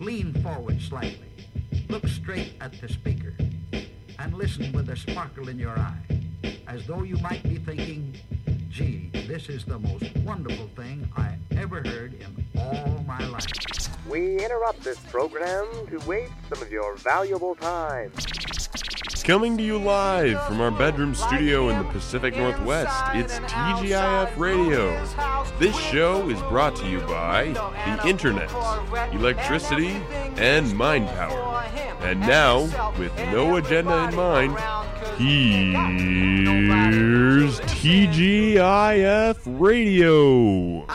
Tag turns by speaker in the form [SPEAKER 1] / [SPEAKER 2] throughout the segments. [SPEAKER 1] Lean forward slightly. Look straight at the speaker and listen with a sparkle in your eye, as though you might be thinking, gee, this is the most wonderful thing I ever heard in all my life.
[SPEAKER 2] We interrupt this program to waste some of your valuable time.
[SPEAKER 3] Coming to you live from our bedroom studio in the Pacific Northwest, it's TGIF Radio. This show is brought to you by the internet, electricity, and mind power. And now, with no agenda in mind, here's TGIF Radio.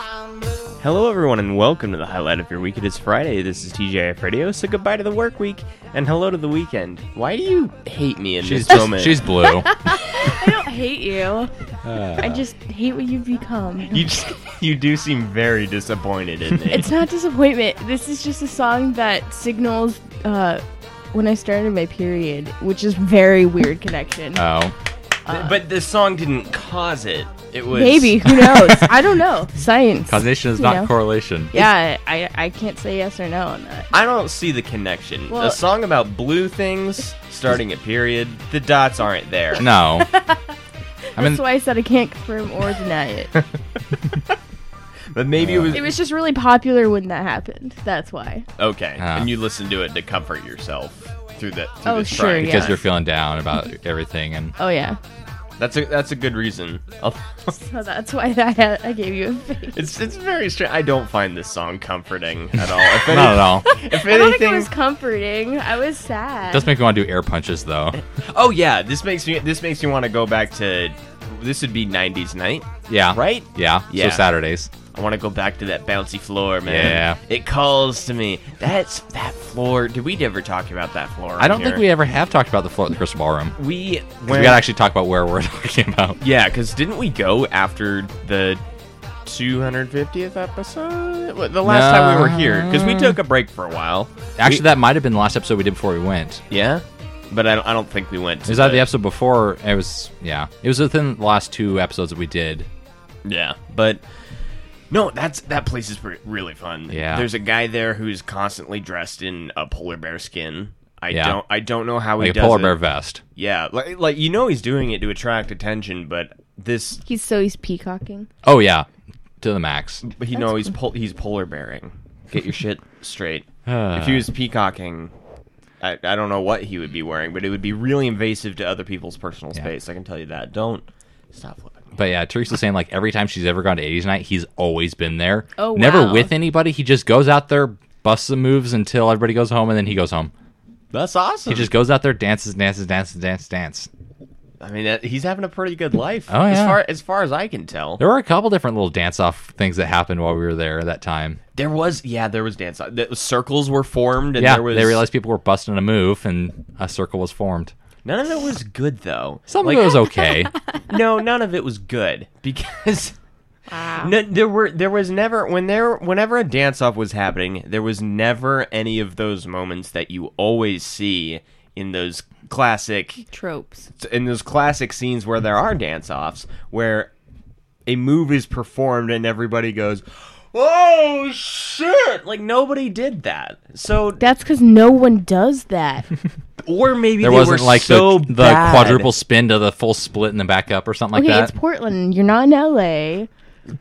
[SPEAKER 4] Hello, everyone, and welcome to the highlight of your week. It is Friday. This is TJF Radio, so goodbye to the work week and hello to the weekend. Why do you hate me in
[SPEAKER 5] She's
[SPEAKER 4] this moment?
[SPEAKER 5] she's blue.
[SPEAKER 6] I don't hate you.
[SPEAKER 5] Uh.
[SPEAKER 6] I just hate what you've become.
[SPEAKER 4] you, just, you do seem very disappointed in me.
[SPEAKER 6] It's not disappointment. This is just a song that signals uh, when I started my period, which is very weird connection.
[SPEAKER 5] oh,
[SPEAKER 4] Uh, but the song didn't cause it. It was
[SPEAKER 6] Maybe who knows? I don't know. Science.
[SPEAKER 5] causation is
[SPEAKER 6] You
[SPEAKER 5] not
[SPEAKER 6] know?
[SPEAKER 5] correlation.
[SPEAKER 6] Yeah, I I can't say yes or no on that.
[SPEAKER 4] I don't see the connection.
[SPEAKER 6] Well-
[SPEAKER 4] a song about blue things starting a period. The dots aren't there.
[SPEAKER 5] No, I mean
[SPEAKER 6] That's why I said I can't confirm or deny it.
[SPEAKER 4] But maybe it was
[SPEAKER 6] it was just really popular when that happened. That's why.
[SPEAKER 4] okay.
[SPEAKER 5] Ah.
[SPEAKER 4] And you listened to it to comfort yourself through that. Through
[SPEAKER 6] Oh,
[SPEAKER 4] this
[SPEAKER 6] sure,
[SPEAKER 4] trying
[SPEAKER 6] yeah.
[SPEAKER 5] because
[SPEAKER 4] time.
[SPEAKER 5] you're feeling down about everything, and
[SPEAKER 6] Oh yeah.
[SPEAKER 4] That's a that's a good reason.
[SPEAKER 6] So that's why I had, I gave you a face.
[SPEAKER 4] It's it's very strange. I don't find this song comforting at all. If, any,
[SPEAKER 5] not at all.
[SPEAKER 4] if
[SPEAKER 6] I don't think it
[SPEAKER 4] anything,
[SPEAKER 6] was comforting. I was sad.
[SPEAKER 5] does make me want to do air punches though.
[SPEAKER 4] oh yeah, this makes me this makes me want to go back to this would be '90s night,
[SPEAKER 5] Yeah.
[SPEAKER 4] right?
[SPEAKER 5] Yeah.
[SPEAKER 4] Yeah.
[SPEAKER 5] So Saturdays.
[SPEAKER 4] I want to go back to that bouncy floor, man.
[SPEAKER 5] Yeah.
[SPEAKER 4] it calls to me. That's that floor. Did we ever talk about that floor?
[SPEAKER 5] I don't think we ever have talked about the floor at the Crystal Ballroom.
[SPEAKER 4] we
[SPEAKER 5] 'Cause
[SPEAKER 4] we
[SPEAKER 5] We
[SPEAKER 4] went,
[SPEAKER 5] gotta actually talk about where we're talking about.
[SPEAKER 4] yeah, because didn't we go after the 250th episode? What, The last time we were here, because we took a break for a while.
[SPEAKER 5] Actually,
[SPEAKER 4] We-
[SPEAKER 5] that might have been the last episode we did before we went.
[SPEAKER 4] yeah, but I don't, I don't think we went. To
[SPEAKER 5] Is that the episode before? It was, yeah. It was within the last two episodes that we did.
[SPEAKER 4] Yeah, but no, that's that place is pre- really fun.
[SPEAKER 5] Yeah.
[SPEAKER 4] there's a guy there who's constantly dressed in a polar bear skin. I
[SPEAKER 5] Yeah.
[SPEAKER 4] don't, I don't know how he
[SPEAKER 5] Like a
[SPEAKER 4] does
[SPEAKER 5] polar
[SPEAKER 4] it.
[SPEAKER 5] bear vest.
[SPEAKER 4] Yeah, like, like you know he's doing it to attract attention, but this
[SPEAKER 6] He's so he's peacocking.
[SPEAKER 5] Oh, yeah. To the max.
[SPEAKER 4] but you know he's pol- he's polar bearing. Get your shit straight. if he was peacocking. I, I don't know what he would be wearing, but it would be really invasive to other people's personal space. I can tell you that. Don't stop flipping. me.
[SPEAKER 5] But yeah, Teresa's saying, like, every time she's ever gone to 80s night, he's always been there.
[SPEAKER 6] Oh,
[SPEAKER 5] Never
[SPEAKER 6] wow.
[SPEAKER 5] with anybody. He just goes out there, busts some moves until everybody goes home, and then he goes home.
[SPEAKER 4] That's awesome.
[SPEAKER 5] He just goes out there, dances, dances, dances, dances, dances.
[SPEAKER 4] I mean, that, he's having a pretty good life.
[SPEAKER 5] Oh,
[SPEAKER 4] As
[SPEAKER 5] yeah.
[SPEAKER 4] far as far as I can tell,
[SPEAKER 5] There were a couple different little dance off things that happened while we were there that time.
[SPEAKER 4] There was, yeah, there was dance. The circles were formed, and
[SPEAKER 5] yeah,
[SPEAKER 4] there was.
[SPEAKER 5] they realized people were busting a move, and a circle was formed.
[SPEAKER 4] none of it was good, though.
[SPEAKER 5] Some
[SPEAKER 4] Like,
[SPEAKER 5] of it was okay.
[SPEAKER 4] no, none of it was good because no, there were there was never when there whenever a dance off was happening, there was never any of those moments that you always see in those classic
[SPEAKER 6] Tropes.
[SPEAKER 4] in those classic scenes where there are dance offs where a move is performed and everybody goes. Oh shit! Like nobody did that. So
[SPEAKER 6] That's because no one does that.
[SPEAKER 4] or maybe
[SPEAKER 5] There
[SPEAKER 4] they
[SPEAKER 5] wasn't
[SPEAKER 4] were
[SPEAKER 5] like
[SPEAKER 4] so
[SPEAKER 5] the, the
[SPEAKER 4] bad.
[SPEAKER 5] quadruple spin to the full split and then back up or something like
[SPEAKER 6] okay,
[SPEAKER 5] that.
[SPEAKER 6] it's Portland. You're not in LA.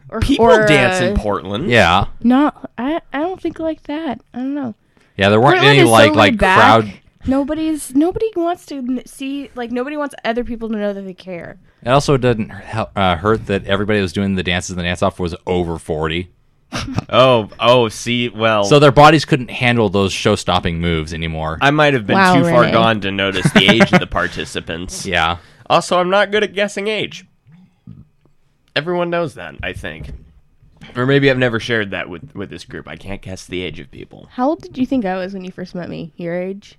[SPEAKER 6] Or,
[SPEAKER 4] People
[SPEAKER 6] or,
[SPEAKER 4] dance
[SPEAKER 6] uh,
[SPEAKER 4] in Portland.
[SPEAKER 5] yeah,
[SPEAKER 6] Not. I. I don't think like that. I don't know.
[SPEAKER 5] yeah. There weren't
[SPEAKER 6] Portland
[SPEAKER 5] any
[SPEAKER 6] is so
[SPEAKER 5] like
[SPEAKER 6] laid
[SPEAKER 5] like
[SPEAKER 6] back.
[SPEAKER 5] crowd.
[SPEAKER 6] Nobody's. Nobody wants to n- see. Like nobody wants other people to know that they care.
[SPEAKER 5] It also didn't hel- uh, hurt that everybody that was doing the dances and the dance off was over forty,
[SPEAKER 4] Oh, oh, see, well,
[SPEAKER 5] so their bodies couldn't handle those show stopping moves anymore.
[SPEAKER 4] I might have been
[SPEAKER 6] Wow,
[SPEAKER 4] too far
[SPEAKER 6] Renee.
[SPEAKER 4] gone to notice the age of the participants.
[SPEAKER 5] yeah,
[SPEAKER 4] Also, I'm not good at guessing age. Everyone knows that, I think. Or maybe I've never shared that with, with this group. I can't guess the age of people.
[SPEAKER 6] How old did you think I was when you first met me? Your age?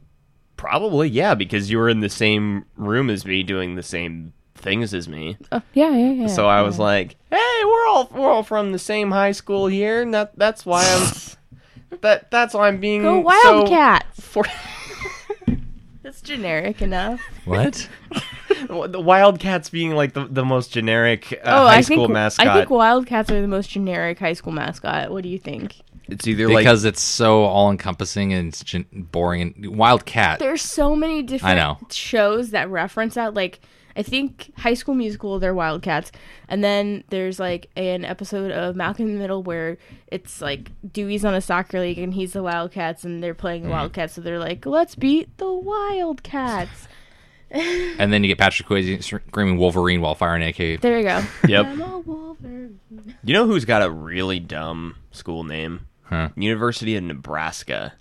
[SPEAKER 4] Probably, yeah, because you were in the same room as me doing the same things as me.
[SPEAKER 6] Oh, yeah, yeah, yeah.
[SPEAKER 4] So I was like, "Hey, we're all we're all from the same high school here, and that that's why I'm that that's why I'm being
[SPEAKER 6] Go
[SPEAKER 4] so
[SPEAKER 6] Wildcats.
[SPEAKER 4] for
[SPEAKER 6] That's generic enough.
[SPEAKER 5] what?
[SPEAKER 4] the Wildcats being like the, the most generic uh,
[SPEAKER 6] oh,
[SPEAKER 4] high
[SPEAKER 6] I
[SPEAKER 4] school
[SPEAKER 6] think
[SPEAKER 4] mascot.
[SPEAKER 6] I think Wildcats are the most generic high school mascot. What do you think?
[SPEAKER 4] It's either like
[SPEAKER 5] because it's so all encompassing and it's gen- boring and Wildcat.
[SPEAKER 6] There's so many different
[SPEAKER 5] know.
[SPEAKER 6] shows that reference that. Like, I think High School Musical, they're Wildcats, and then there's like an episode of Malcolm in the Middle where it's like Dewey's on a soccer league and he's the Wildcats, and they're playing the Wildcats, so they're like, "Let's beat the Wildcats."
[SPEAKER 5] And then you get Patrick Swayze screaming Wolverine while firing an AK.
[SPEAKER 6] There you go.
[SPEAKER 4] yep.
[SPEAKER 6] I'm a Wolverine.
[SPEAKER 4] You know who's got a really dumb school name?
[SPEAKER 5] Huh.
[SPEAKER 4] University of Nebraska.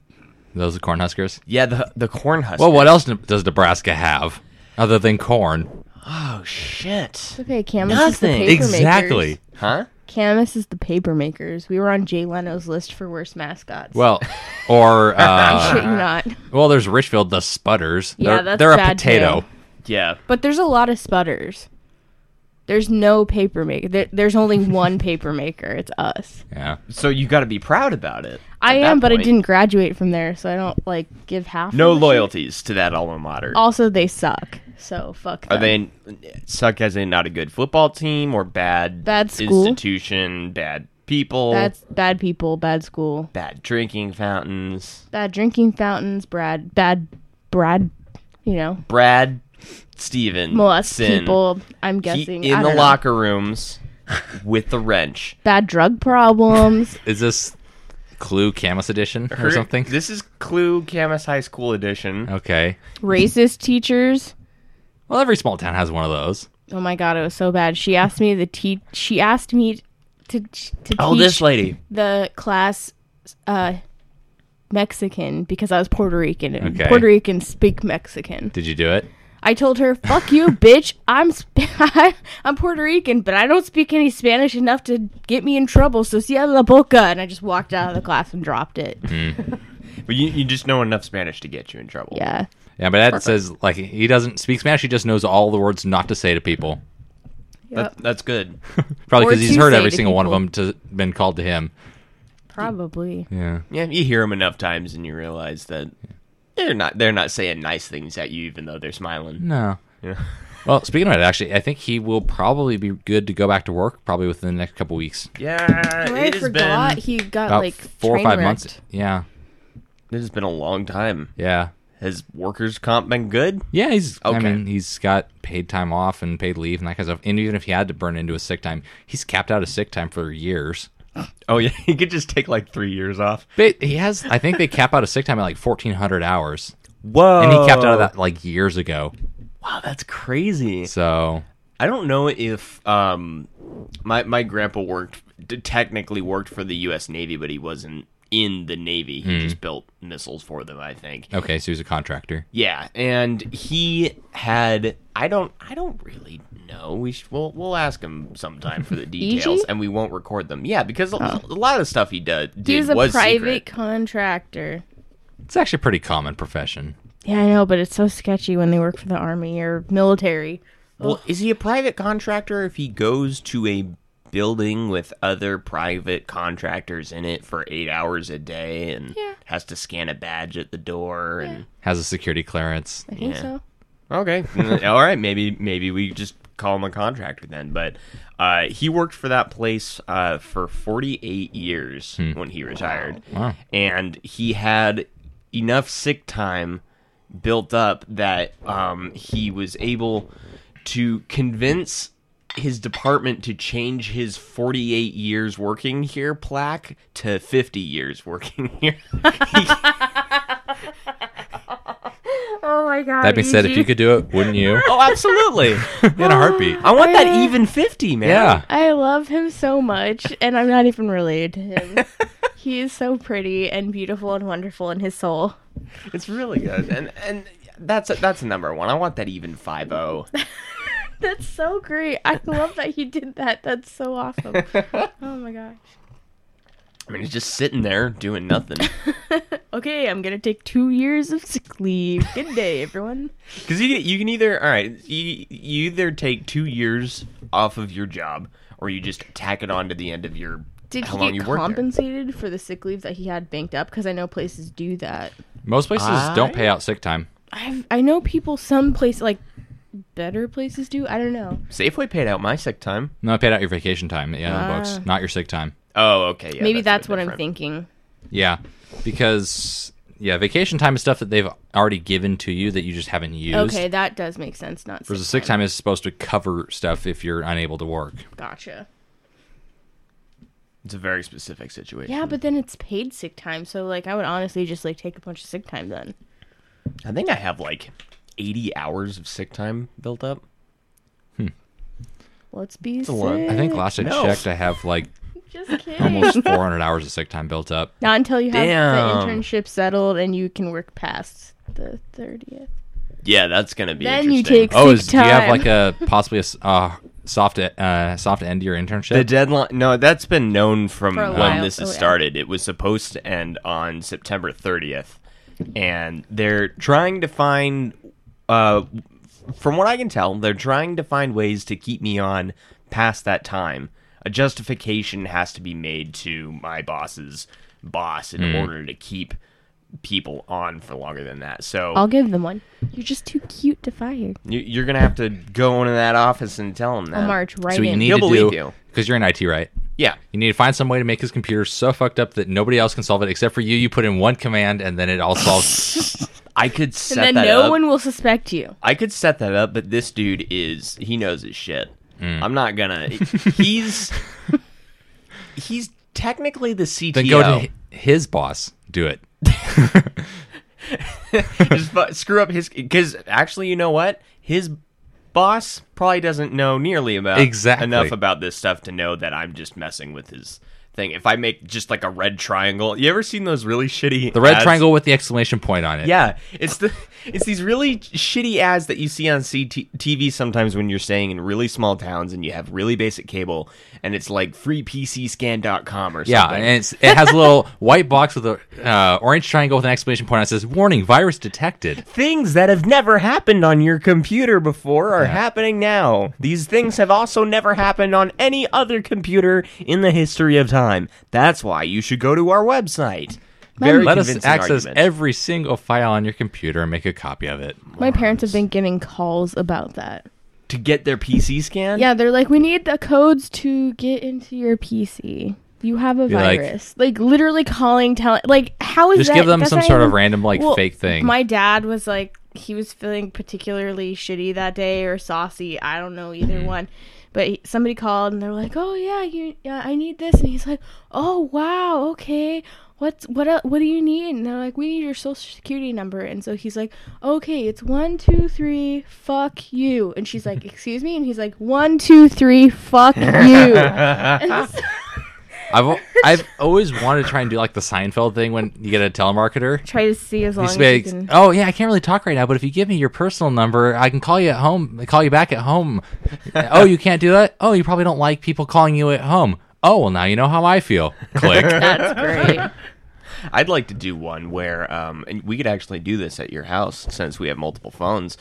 [SPEAKER 5] Those are Cornhuskers.
[SPEAKER 4] Yeah, the the Cornhuskers.
[SPEAKER 5] Well, what else does Nebraska have other than corn?
[SPEAKER 4] Oh shit.
[SPEAKER 6] Okay, Camus is the
[SPEAKER 4] Nothing.
[SPEAKER 6] paper makers.
[SPEAKER 4] Huh?
[SPEAKER 6] Camus is the paper makers. We were on Jay Leno's list for worst mascots.
[SPEAKER 5] Well, or
[SPEAKER 6] I shit
[SPEAKER 5] uh,
[SPEAKER 4] Uh-huh.
[SPEAKER 6] you not.
[SPEAKER 5] well, there's Richfield, the Sputters.
[SPEAKER 6] Yeah,
[SPEAKER 5] they're,
[SPEAKER 6] that's
[SPEAKER 5] they're a
[SPEAKER 6] bad
[SPEAKER 5] potato.
[SPEAKER 6] too.
[SPEAKER 4] Yeah.
[SPEAKER 6] But there's a lot of sputters. There's no paper maker. There, there's only one paper maker. It's us.
[SPEAKER 5] Yeah,
[SPEAKER 4] So you got to be proud about it.
[SPEAKER 6] I
[SPEAKER 4] at that
[SPEAKER 6] am, but I
[SPEAKER 4] point.
[SPEAKER 6] didn't graduate from there, so I don't like give half.
[SPEAKER 4] No
[SPEAKER 6] of a shit.
[SPEAKER 4] loyalties to that alma mater.
[SPEAKER 6] Also, they suck. So fuck.
[SPEAKER 4] Are
[SPEAKER 6] Them.
[SPEAKER 4] they suck as in not a good football team or bad
[SPEAKER 6] Bad school.
[SPEAKER 4] institution, bad people,
[SPEAKER 6] That's bad people, bad school,
[SPEAKER 4] bad drinking fountains,
[SPEAKER 6] bad drinking fountains, Brad, bad, Brad. You know,
[SPEAKER 4] Brad Steven
[SPEAKER 6] molest
[SPEAKER 4] Sin.
[SPEAKER 6] people. I'm
[SPEAKER 4] He-
[SPEAKER 6] guessing I
[SPEAKER 4] in the
[SPEAKER 6] don't know.
[SPEAKER 4] locker rooms with the wrench
[SPEAKER 6] Bad drug problems.
[SPEAKER 5] is this Clue Camus edition or
[SPEAKER 4] Her-
[SPEAKER 5] something?
[SPEAKER 4] This is Clue Camus High School edition.
[SPEAKER 5] Okay.
[SPEAKER 6] racist teachers.
[SPEAKER 5] Well, every small town has one of those.
[SPEAKER 6] Oh my god, it was so bad. She asked me the te- She asked me to to
[SPEAKER 4] Oh,
[SPEAKER 6] teach
[SPEAKER 4] this lady.
[SPEAKER 6] the class uh, Mexican because I was Puerto Rican and
[SPEAKER 5] Okay.
[SPEAKER 6] Puerto Ricans speak Mexican.
[SPEAKER 5] Did you do it?
[SPEAKER 6] I told her, "Fuck you, bitch! I'm sp- I'm Puerto Rican, but I don't speak any Spanish enough to get me in trouble. So cierra la boca." And I just walked out of the class and dropped it.
[SPEAKER 5] Mm-hmm.
[SPEAKER 4] But you, you just know enough Spanish to get you in trouble.
[SPEAKER 6] Yeah,
[SPEAKER 5] Yeah, but Ed says like he doesn't speak Spanish. He just knows all the words not to say to people.
[SPEAKER 4] That- that's good.
[SPEAKER 5] Probably
[SPEAKER 6] Or
[SPEAKER 5] because he's
[SPEAKER 6] to
[SPEAKER 5] heard
[SPEAKER 6] say
[SPEAKER 5] every
[SPEAKER 6] to
[SPEAKER 5] single one of
[SPEAKER 6] people.
[SPEAKER 5] them to been called to him.
[SPEAKER 6] probably.
[SPEAKER 5] Yeah.
[SPEAKER 4] Yeah, you hear them enough times and you realize that they're not they're not saying nice things at you, even though they're
[SPEAKER 6] Mm.
[SPEAKER 4] smiling.
[SPEAKER 5] No. Well, speaking of it, actually, I think he will probably be good to go back to work probably within the next couple weeks.
[SPEAKER 4] Yeah,
[SPEAKER 6] I
[SPEAKER 4] it has
[SPEAKER 6] forgot
[SPEAKER 4] been
[SPEAKER 6] he got
[SPEAKER 5] About
[SPEAKER 6] like
[SPEAKER 5] four or
[SPEAKER 6] train
[SPEAKER 5] five
[SPEAKER 6] wrecked.
[SPEAKER 5] months. Yeah.
[SPEAKER 4] it has been a long time.
[SPEAKER 5] Yeah.
[SPEAKER 4] Has workers' comp been good?
[SPEAKER 5] Yeah, he's. I
[SPEAKER 4] Okay.
[SPEAKER 5] mean, he's got paid time off and paid leave and that kind of stuff. And even if he had to burn into his sick time, he's capped out his sick time for years.
[SPEAKER 4] Oh yeah, he could just take like three years off.
[SPEAKER 5] But he has. I think they cap out his sick time at like fourteen hundred hours,
[SPEAKER 4] Whoa!
[SPEAKER 5] and he capped out of that like years ago.
[SPEAKER 4] Wow, that's crazy.
[SPEAKER 5] So
[SPEAKER 4] I don't know if um, my my grandpa worked d- technically worked for the U.S. Navy, but he wasn't in the Navy. He just built missiles for them. I think.
[SPEAKER 5] okay, so he's a contractor.
[SPEAKER 4] Yeah, and he had I don't I don't really know. We should, we'll we'll ask him sometime for the details, and we won't record them. Yeah, because a, a lot of stuff he did, did
[SPEAKER 6] Oh. He was a private
[SPEAKER 4] secret.
[SPEAKER 6] contractor.
[SPEAKER 5] It's actually a pretty common profession.
[SPEAKER 6] Yeah, I know, but it's so sketchy when they work for the army or military.
[SPEAKER 4] Well, is he a private contractor if he goes to a building with other private contractors in it for eight hours a day and
[SPEAKER 6] Yeah.
[SPEAKER 4] has to scan a badge at the door and
[SPEAKER 5] Has a security clearance.
[SPEAKER 6] I think
[SPEAKER 4] Yeah.
[SPEAKER 6] so.
[SPEAKER 4] Okay. All right. Maybe maybe we just call him a contractor then. But uh, he worked for that place uh, for 48 years when he retired,
[SPEAKER 5] Hmm. Wow.
[SPEAKER 4] and he had enough sick time built up that um, he was able to convince his department to change his 48 years working here plaque to 50 years working here.
[SPEAKER 6] Oh my god.
[SPEAKER 5] That being said, if you could do it, wouldn't you?
[SPEAKER 4] oh, absolutely.
[SPEAKER 5] In a heartbeat. Eh.
[SPEAKER 4] I want that even 50, man.
[SPEAKER 5] Yeah.
[SPEAKER 6] I love him so much, and I'm not even related to him. he is so pretty and beautiful and wonderful in his soul.
[SPEAKER 4] It's really good, and and that's a, that's a number one. I want that even five oh. zero.
[SPEAKER 6] That's so great. I love that he did that. That's so awesome. oh my gosh.
[SPEAKER 4] I mean, it's just sitting there doing nothing
[SPEAKER 6] Okay, I'm gonna take two years of sick leave. Good day, everyone.
[SPEAKER 4] because you you can either all right, you, you either take two years off of your job or you just tack it on to the end of your
[SPEAKER 6] Did
[SPEAKER 4] how
[SPEAKER 6] he
[SPEAKER 4] long
[SPEAKER 6] get
[SPEAKER 4] you work there.
[SPEAKER 6] compensated for the sick leave that he had banked up? Because I know places do that.
[SPEAKER 5] Most places don't pay out sick time.
[SPEAKER 6] I've, I know people some place like better places do. I don't know.
[SPEAKER 4] Safeway paid out my sick time. Ah.
[SPEAKER 5] No, I paid out your vacation time. Yeah, on the books, not your sick time.
[SPEAKER 4] Oh, okay, yeah.
[SPEAKER 6] Maybe
[SPEAKER 4] that's a
[SPEAKER 6] that's,
[SPEAKER 4] bit
[SPEAKER 6] what I'm
[SPEAKER 4] different.
[SPEAKER 6] thinking.
[SPEAKER 5] Yeah, because yeah, vacation time is stuff that they've already given to you that you just haven't used.
[SPEAKER 6] Okay, that does make sense. Not
[SPEAKER 5] Whereas a
[SPEAKER 6] sick
[SPEAKER 5] sick time is supposed to cover stuff if you're unable to work.
[SPEAKER 6] Gotcha.
[SPEAKER 4] It's a very specific situation.
[SPEAKER 6] Yeah, but then it's paid sick time, so like I would honestly just like take a bunch of sick time then.
[SPEAKER 4] I think I have like 80 hours of sick time built up.
[SPEAKER 6] Let's be
[SPEAKER 4] a lot.
[SPEAKER 6] sick.
[SPEAKER 5] I think last I
[SPEAKER 4] No.
[SPEAKER 5] checked, I have like
[SPEAKER 6] Just kidding.
[SPEAKER 5] almost 400 hours of sick time built up.
[SPEAKER 6] Not until you have
[SPEAKER 4] Damn.
[SPEAKER 6] the internship settled and you can work past the thirtieth.
[SPEAKER 4] Yeah, that's gonna be.
[SPEAKER 6] Then you
[SPEAKER 4] interesting.
[SPEAKER 6] take-
[SPEAKER 5] Oh,
[SPEAKER 6] Sick
[SPEAKER 5] is, do you have
[SPEAKER 6] time.
[SPEAKER 5] like a possibly a s- uh, soft e- uh, soft end to your internship?
[SPEAKER 4] the deadline. No, that's been known from
[SPEAKER 6] For a
[SPEAKER 4] when
[SPEAKER 6] while.
[SPEAKER 4] this has
[SPEAKER 6] Oh, yeah.
[SPEAKER 4] started. It was supposed to end on September 30th, and they're trying to find. Uh, from what I can tell, they're trying to find ways to keep me on past that time. A justification has to be made to my boss's boss in order to keep people on for longer than that. So
[SPEAKER 6] I'll give them one. You're just too cute to fire.
[SPEAKER 4] You, you're gonna have to go into that office and tell him that.
[SPEAKER 6] I'll march right
[SPEAKER 5] so you
[SPEAKER 6] in.
[SPEAKER 5] need
[SPEAKER 4] He'll
[SPEAKER 5] to
[SPEAKER 4] believe
[SPEAKER 5] do
[SPEAKER 4] you.
[SPEAKER 5] because you're in IT, right?
[SPEAKER 4] Yeah,
[SPEAKER 5] You need to find some way to make his computer so fucked up that nobody else can solve it except for you. You put in one command and then it all solves.
[SPEAKER 4] I could set
[SPEAKER 6] and then
[SPEAKER 4] that
[SPEAKER 6] no
[SPEAKER 4] up.
[SPEAKER 6] one will suspect you.
[SPEAKER 4] I could set that up, but this dude is he knows his shit.
[SPEAKER 5] Mm.
[SPEAKER 4] I'm not gonna. He's he's technically the CTO.
[SPEAKER 5] then go to hi- his boss. Do it.
[SPEAKER 4] Just fu- screw up his because actually, you know what? His boss probably doesn't know nearly about
[SPEAKER 5] Exactly.
[SPEAKER 4] enough about this stuff to know that I'm just messing with his thing. If I make just like a red triangle, you ever seen those really shitty
[SPEAKER 5] The red
[SPEAKER 4] ads?
[SPEAKER 5] triangle with the exclamation point on it.
[SPEAKER 4] Yeah, it's the it's these really shitty ads that you see on CT- TV sometimes when you're staying in really small towns and you have really basic cable, and it's like freepcscan.com or something.
[SPEAKER 5] Yeah, and it's, it has a little white box with a uh, orange triangle with an exclamation point. It says "Warning: Virus detected."
[SPEAKER 4] things that have never happened on your computer before are happening now. These things have also never happened on any other computer in the history of time. That's why you should go to our website. Very
[SPEAKER 5] Let us
[SPEAKER 4] convincing
[SPEAKER 5] access
[SPEAKER 4] argument.
[SPEAKER 5] every single file on your computer and make a copy of it.
[SPEAKER 6] My parents have been getting calls about that.
[SPEAKER 4] to get their PC scan.
[SPEAKER 6] Yeah, they're like, we need the codes to get into your PC. You have a
[SPEAKER 5] Be like-
[SPEAKER 6] virus. Like, literally calling, telling, like, how is
[SPEAKER 5] Just
[SPEAKER 6] that?
[SPEAKER 5] give them
[SPEAKER 6] that's
[SPEAKER 5] some
[SPEAKER 6] not
[SPEAKER 5] sort of
[SPEAKER 6] even-
[SPEAKER 5] random, like, fake thing.
[SPEAKER 6] My dad was like, he was feeling particularly shitty that day or saucy. I don't know either
[SPEAKER 5] Mm-hmm.
[SPEAKER 6] one. But he, somebody called and they're like, oh yeah, you, yeah, I need this, and he's like, oh wow, okay. What's what? el- What do you need? And they're like, we need your social security number. And so he's like, okay, it's one two three, fuck you. And she's like, excuse me. And he's like, one two three, fuck you. And so-
[SPEAKER 5] I've al- I've always wanted to try and do like the Seinfeld thing when you get a telemarketer.
[SPEAKER 6] try to see as long
[SPEAKER 5] He's
[SPEAKER 6] as you
[SPEAKER 5] like,
[SPEAKER 6] can.
[SPEAKER 5] oh yeah, I can't really talk right now, but if you give me your personal number, I can call you at home. Call you back at home. oh, you can't do that. Oh, you probably don't like people calling you at home. Oh well, now you know how I feel. Click.
[SPEAKER 6] That's great.
[SPEAKER 4] I'd like to do one where, um, and we could actually do this at your house since we have multiple phones.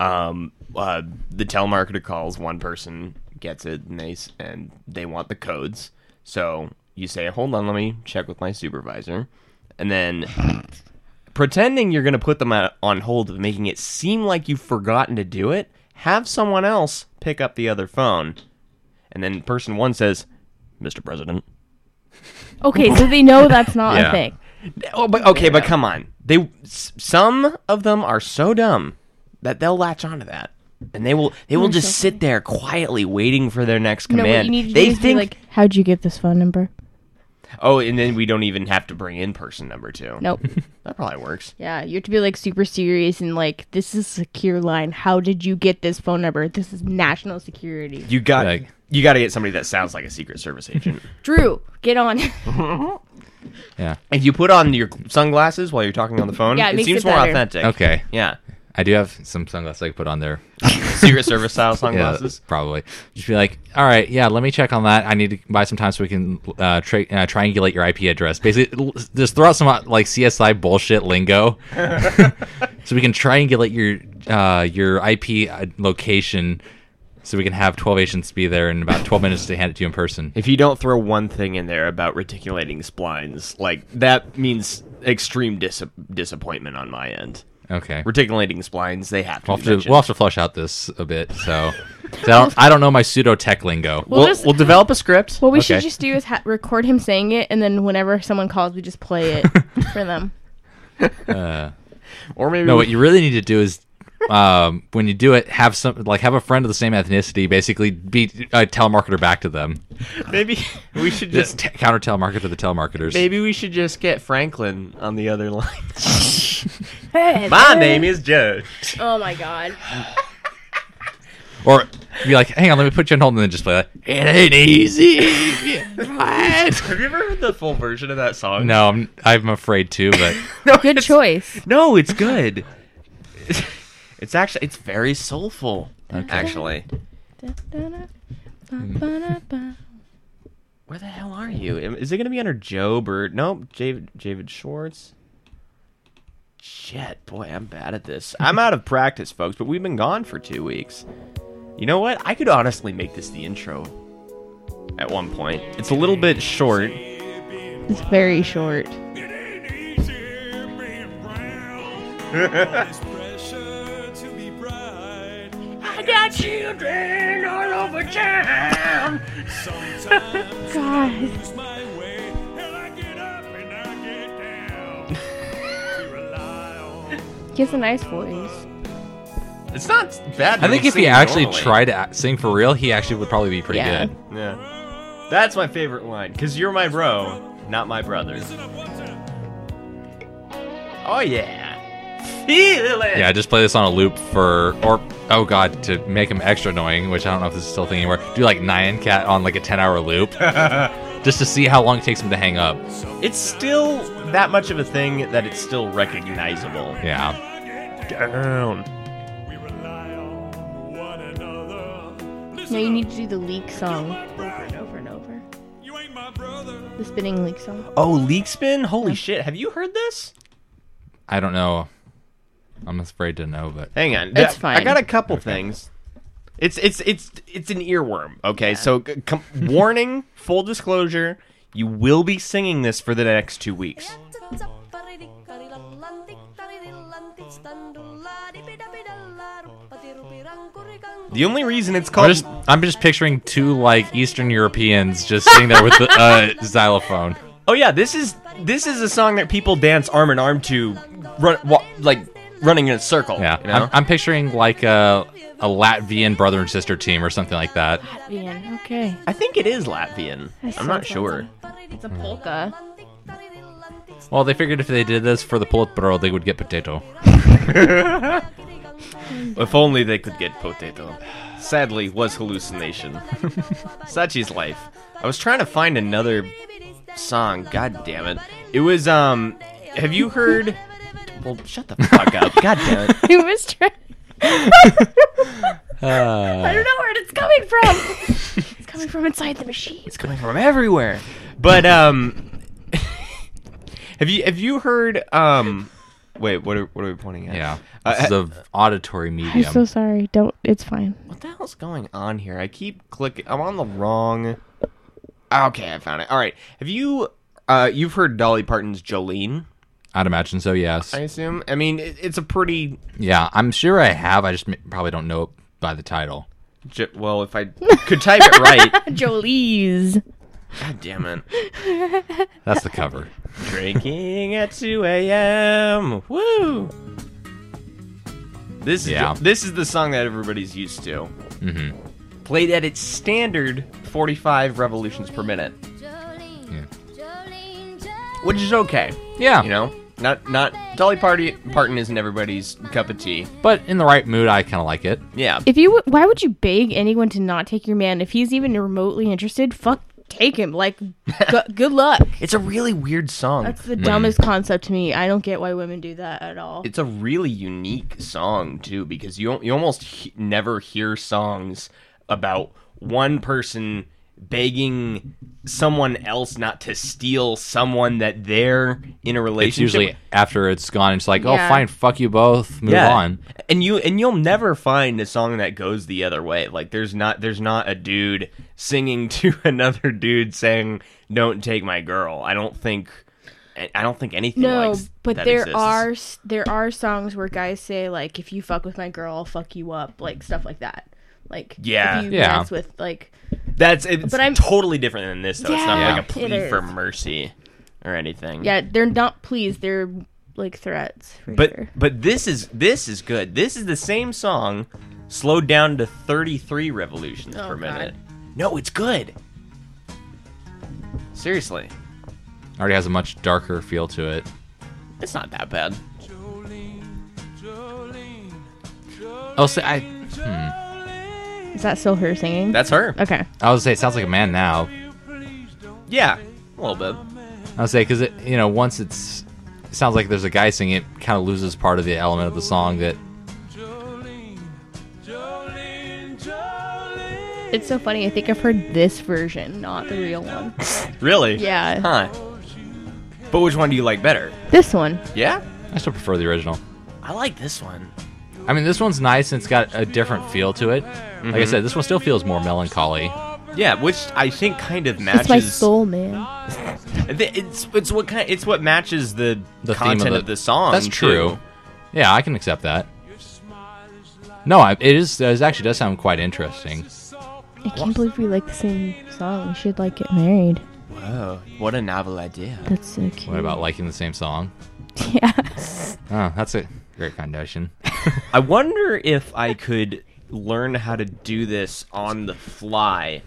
[SPEAKER 4] Um, uh, the telemarketer calls, one person gets it, and they s- and they want the codes. So you say, "Hold on, let me check with my supervisor," and then pretending you're going to put them on- on hold, but making it seem like you've forgotten to do it. Have someone else pick up the other phone, and then person one says, "Mr. President."
[SPEAKER 6] Okay, so they know that's not
[SPEAKER 5] Yeah.
[SPEAKER 6] a thing.
[SPEAKER 4] Oh, but okay, but come on. They s- some of them are so dumb that they'll latch onto that, and they will they
[SPEAKER 6] Oh,
[SPEAKER 4] will just sit there quietly waiting for their next
[SPEAKER 6] No, what
[SPEAKER 4] command.
[SPEAKER 6] you need to
[SPEAKER 4] they
[SPEAKER 6] do is be
[SPEAKER 4] think,
[SPEAKER 6] like, how'd you get this phone number?
[SPEAKER 4] oh, and then we don't even have to bring in person number two.
[SPEAKER 6] Nope.
[SPEAKER 4] That probably works.
[SPEAKER 6] yeah, you have to be like super serious and like, this is secure line. How did you get this phone number? This is national security.
[SPEAKER 4] You got
[SPEAKER 5] Like-
[SPEAKER 4] you got to get somebody that sounds like a Secret Service agent.
[SPEAKER 6] Drew, get on. yeah,
[SPEAKER 5] yeah.
[SPEAKER 4] if you put on your sunglasses while you're talking on the phone,
[SPEAKER 6] Yeah, it
[SPEAKER 4] it,
[SPEAKER 6] makes
[SPEAKER 4] seems
[SPEAKER 6] it
[SPEAKER 4] more
[SPEAKER 6] better.
[SPEAKER 4] authentic.
[SPEAKER 5] Okay.
[SPEAKER 4] Yeah,
[SPEAKER 5] I do have some sunglasses I could put on there.
[SPEAKER 4] Secret Service style
[SPEAKER 5] Yeah,
[SPEAKER 4] sunglasses.
[SPEAKER 5] probably. Just be like, all right, yeah, let me check on that. I need to buy some time so we can uh, tra- uh, triangulate your IP address. Basically, l- just throw out some uh, like CSI bullshit lingo, so we can triangulate your uh, your IP uh, location, so we can have twelve agents be there in about twelve minutes to hand it to you in person.
[SPEAKER 4] If you don't throw one thing in there about reticulating splines, like that means extreme dis- disappointment on my end.
[SPEAKER 5] Okay,
[SPEAKER 4] Reticulating splines, they have to.
[SPEAKER 5] we'll
[SPEAKER 4] be
[SPEAKER 5] have to,
[SPEAKER 4] mentioned.
[SPEAKER 5] we'll have to flush out this a bit. So 'Cause I don't, I don't know my pseudo tech lingo.
[SPEAKER 6] We'll
[SPEAKER 4] We'll,
[SPEAKER 6] just-
[SPEAKER 4] we'll develop a script.
[SPEAKER 6] What we should
[SPEAKER 5] Okay.
[SPEAKER 6] just do is ha- record him saying it, and then whenever someone calls, we just play it for them.
[SPEAKER 4] or maybe
[SPEAKER 5] No,
[SPEAKER 4] we-
[SPEAKER 5] what you really need to do is um, when you do it, have some like have a friend of the same ethnicity basically be a telemarketer back to them.
[SPEAKER 4] maybe we should
[SPEAKER 5] Just
[SPEAKER 4] just
[SPEAKER 5] t- counter telemarketer to the telemarketers.
[SPEAKER 4] maybe we should just get Franklin on the other line.
[SPEAKER 6] Hey,
[SPEAKER 4] My name is Judge.
[SPEAKER 6] Oh my god.
[SPEAKER 5] Or be like, hang on, let me put you on hold and then just play that. It ain't easy.
[SPEAKER 4] Have you ever heard the full version of that song?
[SPEAKER 5] no, I'm, I'm afraid to, but
[SPEAKER 6] Good choice.
[SPEAKER 4] No, it's good. it's actually it's very soulful. Actually, where the hell are you? Am- Is it gonna be under Job or nope? Javid, Javid Schwartz. Shit, boy, I'm bad at this. I'm out of practice, folks. But we've been gone for two weeks. You know what? I could honestly make this the intro. At one point, it's a little bit short.
[SPEAKER 6] It's very short. God. He has a nice voice.
[SPEAKER 4] It's not bad.
[SPEAKER 5] I think if he actually tried to a- sing for real, he actually would probably be pretty
[SPEAKER 6] Yeah.
[SPEAKER 5] good.
[SPEAKER 4] Yeah. That's my favorite line. Because you're my bro, not my brother. Oh, yeah. Feel it.
[SPEAKER 5] Yeah, just play this on a loop for, or oh god, to make him extra annoying, which I don't know if this is still a thing anymore. Do like Nyan Cat on like a ten-hour loop, just to see how long it takes him to hang up.
[SPEAKER 4] It's still that much of a thing that it's still recognizable.
[SPEAKER 5] Yeah,
[SPEAKER 4] Down.
[SPEAKER 6] No, you need to do the leak song over and over and over. The spinning leak song.
[SPEAKER 4] Oh, leak spin? Holy shit. Have you heard this?
[SPEAKER 5] I don't know. I'm afraid to know, but
[SPEAKER 4] Hang on.
[SPEAKER 6] It's
[SPEAKER 4] I- I
[SPEAKER 6] fine.
[SPEAKER 4] got a couple things. It's it's it's it's an earworm. Okay, so c- com- warning, full disclosure, you will be singing this for the next two weeks. The only reason it's
[SPEAKER 5] I'm
[SPEAKER 4] called
[SPEAKER 5] just I'm just picturing two like Eastern Europeans just sitting there with the uh, xylophone.
[SPEAKER 4] Oh yeah, this is this is a song that people dance arm in arm to, run wa- like running in a circle.
[SPEAKER 5] Yeah,
[SPEAKER 4] you know?
[SPEAKER 5] I'm, I'm picturing like a a Latvian brother and sister team or something like that.
[SPEAKER 6] Man, okay.
[SPEAKER 4] I think it is Latvian. I'm not sure.
[SPEAKER 6] It's a polka.
[SPEAKER 5] Well, they figured if they did this for the Politburo, they would get potato.
[SPEAKER 4] If only they could get potato. Sadly, was hallucination. Sachi's life. I was trying to find another song. God damn it! It was um. Have you heard? Well, shut the fuck up. God damn it.
[SPEAKER 6] Who was trying?
[SPEAKER 5] Uh,
[SPEAKER 6] I don't know where it's coming from. it's coming from inside the machine.
[SPEAKER 4] It's coming from everywhere. But um, have you have you heard um? Wait, what are, what are we pointing at?
[SPEAKER 5] yeah,
[SPEAKER 4] Uh,
[SPEAKER 5] this is an auditory medium.
[SPEAKER 6] sorry. Don't. It's fine.
[SPEAKER 4] What the hell's going on here? I keep clicking. I'm on the wrong. Okay, I found it. All right. Have you uh you've heard Dolly Parton's Jolene?
[SPEAKER 5] I'd imagine so. Yes.
[SPEAKER 4] I assume. I mean, it, it's a pretty
[SPEAKER 5] yeah, I'm sure I have. I just m- probably don't know it by the title.
[SPEAKER 4] j- well. If I could type it right,
[SPEAKER 6] Jolie's.
[SPEAKER 4] god damn it.
[SPEAKER 5] That's the cover.
[SPEAKER 4] Drinking at 2 a.m. Woo. This is
[SPEAKER 5] Yeah.
[SPEAKER 4] this is the song that everybody's used to. Mm-hmm. Played at its standard 45 revolutions per minute, which is okay.
[SPEAKER 5] Yeah,
[SPEAKER 4] You know, not not Dolly Party, Parton isn't everybody's cup of tea.
[SPEAKER 5] but in the right mood, I kind of like it.
[SPEAKER 4] Yeah,
[SPEAKER 6] If you, would- why would you beg anyone to not take your man if he's even remotely interested? Fuck, take him. Like, gu- good luck.
[SPEAKER 4] it's a really weird song.
[SPEAKER 6] That's the dumbest concept to me. I don't get why women do that at all.
[SPEAKER 4] it's a really unique song too because you you almost he- never hear songs about one person begging someone else not to steal someone that they're in a
[SPEAKER 5] It's
[SPEAKER 4] relationship.
[SPEAKER 5] usually after it's gone, it's like,
[SPEAKER 6] Yeah.
[SPEAKER 5] oh, fine, fuck you both, move
[SPEAKER 4] yeah.
[SPEAKER 5] on.
[SPEAKER 4] And you and you'll never find a song that goes the other way. Like there's not there's not a dude singing to another dude saying "Don't take my girl." I don't think I I don't think anything
[SPEAKER 6] no,
[SPEAKER 4] like s-
[SPEAKER 6] but
[SPEAKER 4] that
[SPEAKER 6] there
[SPEAKER 4] exists.
[SPEAKER 6] are s- there are songs where guys say like, if you fuck with my girl, I'll fuck you up, like stuff like that. Like
[SPEAKER 4] Yeah.
[SPEAKER 6] if you
[SPEAKER 5] Yeah.
[SPEAKER 6] mess with like
[SPEAKER 4] That's it's
[SPEAKER 6] But I'm-
[SPEAKER 4] totally different than this though. it's not
[SPEAKER 6] Yeah.
[SPEAKER 4] like a
[SPEAKER 6] Yeah. It
[SPEAKER 4] plea for
[SPEAKER 6] is.
[SPEAKER 4] mercy or anything.
[SPEAKER 6] yeah, they're not pleased. They're like threats. For
[SPEAKER 4] But
[SPEAKER 6] sure.
[SPEAKER 4] but this is this is good. This is the same song slowed down to 33 revolutions
[SPEAKER 6] Oh,
[SPEAKER 4] per
[SPEAKER 6] God.
[SPEAKER 4] minute. No, it's good. Seriously.
[SPEAKER 5] Already has a much darker feel to it.
[SPEAKER 4] It's not that bad.
[SPEAKER 5] Oh, say I. Hmm.
[SPEAKER 6] is that still her singing?
[SPEAKER 4] That's her.
[SPEAKER 6] okay.
[SPEAKER 5] I would say it sounds like a man now.
[SPEAKER 4] Yeah. A little bit.
[SPEAKER 5] I would say because it, you know, once it's, it sounds like there's a guy singing, it kind of loses part of the element of the song that
[SPEAKER 6] It's so funny. I think I've heard this version, not the real one.
[SPEAKER 4] Really?
[SPEAKER 6] Yeah.
[SPEAKER 4] Huh. But which one do you like better?
[SPEAKER 6] This one.
[SPEAKER 4] Yeah?
[SPEAKER 5] I still prefer the original.
[SPEAKER 4] I like this one.
[SPEAKER 5] I mean, this one's nice and it's got a different feel to it. Like
[SPEAKER 4] Mm-hmm.
[SPEAKER 5] I said, this one still feels more melancholy.
[SPEAKER 4] Yeah, which I think kind of
[SPEAKER 6] It's my
[SPEAKER 4] matches
[SPEAKER 6] soul, man.
[SPEAKER 4] I thi- It's it's what kind it's what matches the,
[SPEAKER 5] The
[SPEAKER 4] content
[SPEAKER 5] theme of the,
[SPEAKER 4] song.
[SPEAKER 5] That's
[SPEAKER 4] too.
[SPEAKER 5] true. Yeah, I can accept that. No, I, it is. It actually does sound quite interesting.
[SPEAKER 6] I can't believe we like the same song. We should like get married.
[SPEAKER 4] Whoa, Oh, what a novel idea.
[SPEAKER 6] That's so cute.
[SPEAKER 5] What about liking the same song?
[SPEAKER 6] Yeah.
[SPEAKER 5] Oh, that's a great condition.
[SPEAKER 4] I wonder if I could learn how to do this on the fly,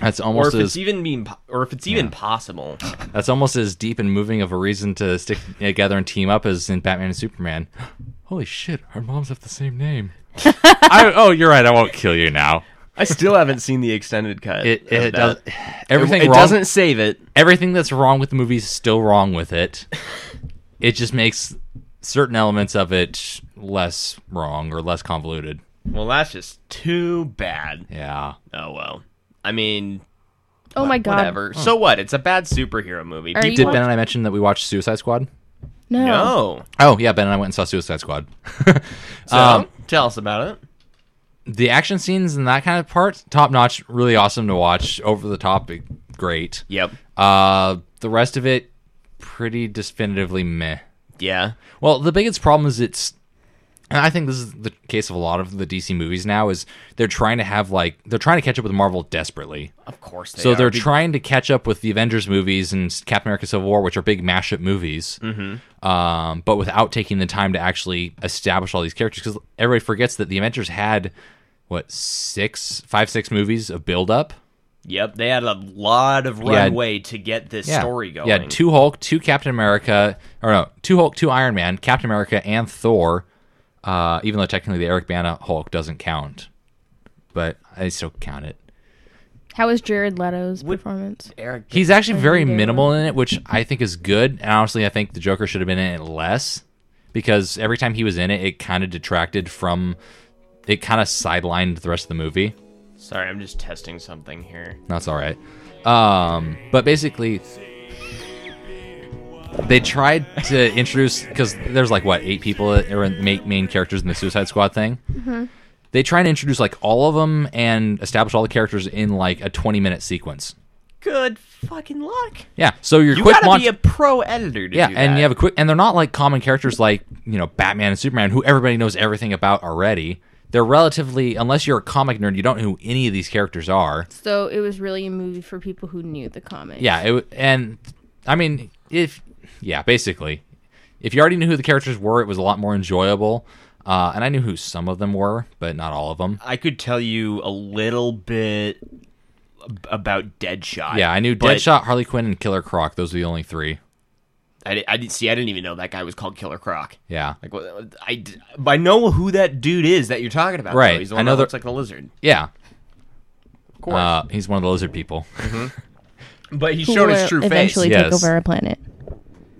[SPEAKER 5] That's
[SPEAKER 4] or if
[SPEAKER 5] almost
[SPEAKER 4] it's
[SPEAKER 5] as
[SPEAKER 4] even being, po- or if it's even possible.
[SPEAKER 5] that's almost as deep and moving of a reason to stick together and team up as in Batman and Superman. Holy shit, our moms have the same name. I, oh, you're right. I won't kill you now.
[SPEAKER 4] I still haven't seen the extended cut.
[SPEAKER 5] It,
[SPEAKER 4] of
[SPEAKER 5] it
[SPEAKER 4] that.
[SPEAKER 5] does
[SPEAKER 4] It-
[SPEAKER 5] everything.
[SPEAKER 4] It,
[SPEAKER 5] wrong-
[SPEAKER 4] doesn't save it.
[SPEAKER 5] everything that's wrong with the movie is still wrong with it. It just makes certain elements of it less wrong or less convoluted.
[SPEAKER 4] Well, that's just too bad.
[SPEAKER 5] Yeah.
[SPEAKER 4] Oh well. I mean,
[SPEAKER 6] Oh my god.
[SPEAKER 4] whatever. So what? It's a bad superhero movie.
[SPEAKER 6] Are
[SPEAKER 4] People-
[SPEAKER 6] you-
[SPEAKER 5] Did
[SPEAKER 6] watch-
[SPEAKER 5] Ben and Um, hmm. I mention that we watched Suicide Squad?
[SPEAKER 6] No.
[SPEAKER 4] No.
[SPEAKER 5] Oh yeah, Ben and I went and saw Suicide Squad.
[SPEAKER 4] So
[SPEAKER 5] um,
[SPEAKER 4] tell us about it.
[SPEAKER 5] the action scenes and that kind of part, top notch, really awesome to watch. Over the top, great.
[SPEAKER 4] Yep.
[SPEAKER 5] Uh, the rest of it, pretty definitively meh.
[SPEAKER 4] Yeah.
[SPEAKER 5] Well, the biggest problem is it's, and I think this is the case of a lot of the DC movies now is they're trying to have like they're trying to catch up with Marvel desperately.
[SPEAKER 4] Of course they
[SPEAKER 5] so
[SPEAKER 4] are.
[SPEAKER 5] they're
[SPEAKER 4] Be-
[SPEAKER 5] trying to catch up with the Avengers movies and Captain America: Civil War, which are big mashup movies, um, but without taking the time to actually establish all these characters because everybody forgets that the Avengers had what six, five, six movies of build up.
[SPEAKER 4] Yep, they had a lot of
[SPEAKER 5] Yeah.
[SPEAKER 4] runway to get this story going.
[SPEAKER 5] Yeah, two Hulk, two Captain America, or no, two Hulk, two Iron Man, Captain America, and Thor. Uh, even though technically the Eric Bana Hulk doesn't count, but I still count it.
[SPEAKER 6] How was Jared Leto's performance?
[SPEAKER 4] Eric,
[SPEAKER 5] He's actually very
[SPEAKER 6] think they
[SPEAKER 5] minimal in it, which I think is good. And honestly, I think the Joker should have been in it less because every time he was in it, it kind of detracted from. It kind of sidelined the rest of the movie.
[SPEAKER 4] sorry, I'm just testing something here.
[SPEAKER 5] That's all right. Um, but basically, they tried to introduce because there's like what eight people that are make main characters in the Suicide Squad thing. They try and introduce like all of them and establish all the characters in like a 20 minute sequence.
[SPEAKER 4] Good fucking luck.
[SPEAKER 5] Yeah, so your
[SPEAKER 4] You
[SPEAKER 5] quick
[SPEAKER 4] gotta
[SPEAKER 5] mon-
[SPEAKER 4] be a pro editor to
[SPEAKER 5] yeah,
[SPEAKER 4] do
[SPEAKER 5] and
[SPEAKER 4] that.
[SPEAKER 5] you have a quick, and they're not like common characters like you know Batman and Superman, who everybody knows everything about already. They're relatively, unless you're a comic nerd, you don't know who any of these characters are.
[SPEAKER 6] So it was really a movie for people who knew the comic.
[SPEAKER 5] Yeah, it, w- and I mean, if yeah, basically, if you already knew who the characters were, it was a lot more enjoyable. Uh, and I knew who some of them were, but not all of them.
[SPEAKER 4] I could tell you a little bit ab- about Deadshot.
[SPEAKER 5] Yeah, I knew
[SPEAKER 4] but
[SPEAKER 5] Deadshot, Harley Quinn, and Killer Croc. Those were the only three.
[SPEAKER 4] I, di- I didn't see. I didn't even know that guy was called Killer Croc.
[SPEAKER 5] Yeah,
[SPEAKER 4] Like, what- I, d- I know who that dude is that you're talking about. though.
[SPEAKER 5] Right,
[SPEAKER 4] He's the
[SPEAKER 5] I
[SPEAKER 4] one
[SPEAKER 5] know
[SPEAKER 4] that
[SPEAKER 5] the-
[SPEAKER 4] looks like the lizard.
[SPEAKER 5] yeah.
[SPEAKER 4] Of course.
[SPEAKER 5] Uh, he's one of the lizard people.
[SPEAKER 4] but he's
[SPEAKER 6] Who
[SPEAKER 4] shown his
[SPEAKER 6] will
[SPEAKER 4] true face.
[SPEAKER 6] eventually take
[SPEAKER 5] Yes.
[SPEAKER 6] over our planet.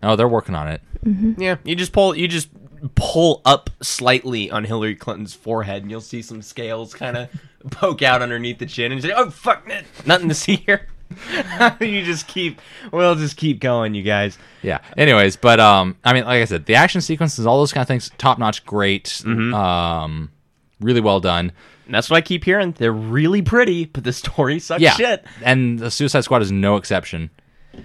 [SPEAKER 5] Oh, they're working on it.
[SPEAKER 4] Yeah, you just pull you just pull up slightly on Hillary Clinton's forehead, and you'll see some scales kind of poke out underneath the chin, and say, "Oh fuck, n- nothing to see here." you just keep, we'll just keep going, you guys.
[SPEAKER 5] Yeah. Anyways, but um, I mean, like I said, the action sequences, all those kind of things, top notch, great,
[SPEAKER 4] Mm-hmm.
[SPEAKER 5] um, really well done.
[SPEAKER 4] And that's what I keep hearing. They're really pretty, but the story sucks
[SPEAKER 5] yeah.
[SPEAKER 4] shit.
[SPEAKER 5] And the Suicide Squad is no exception.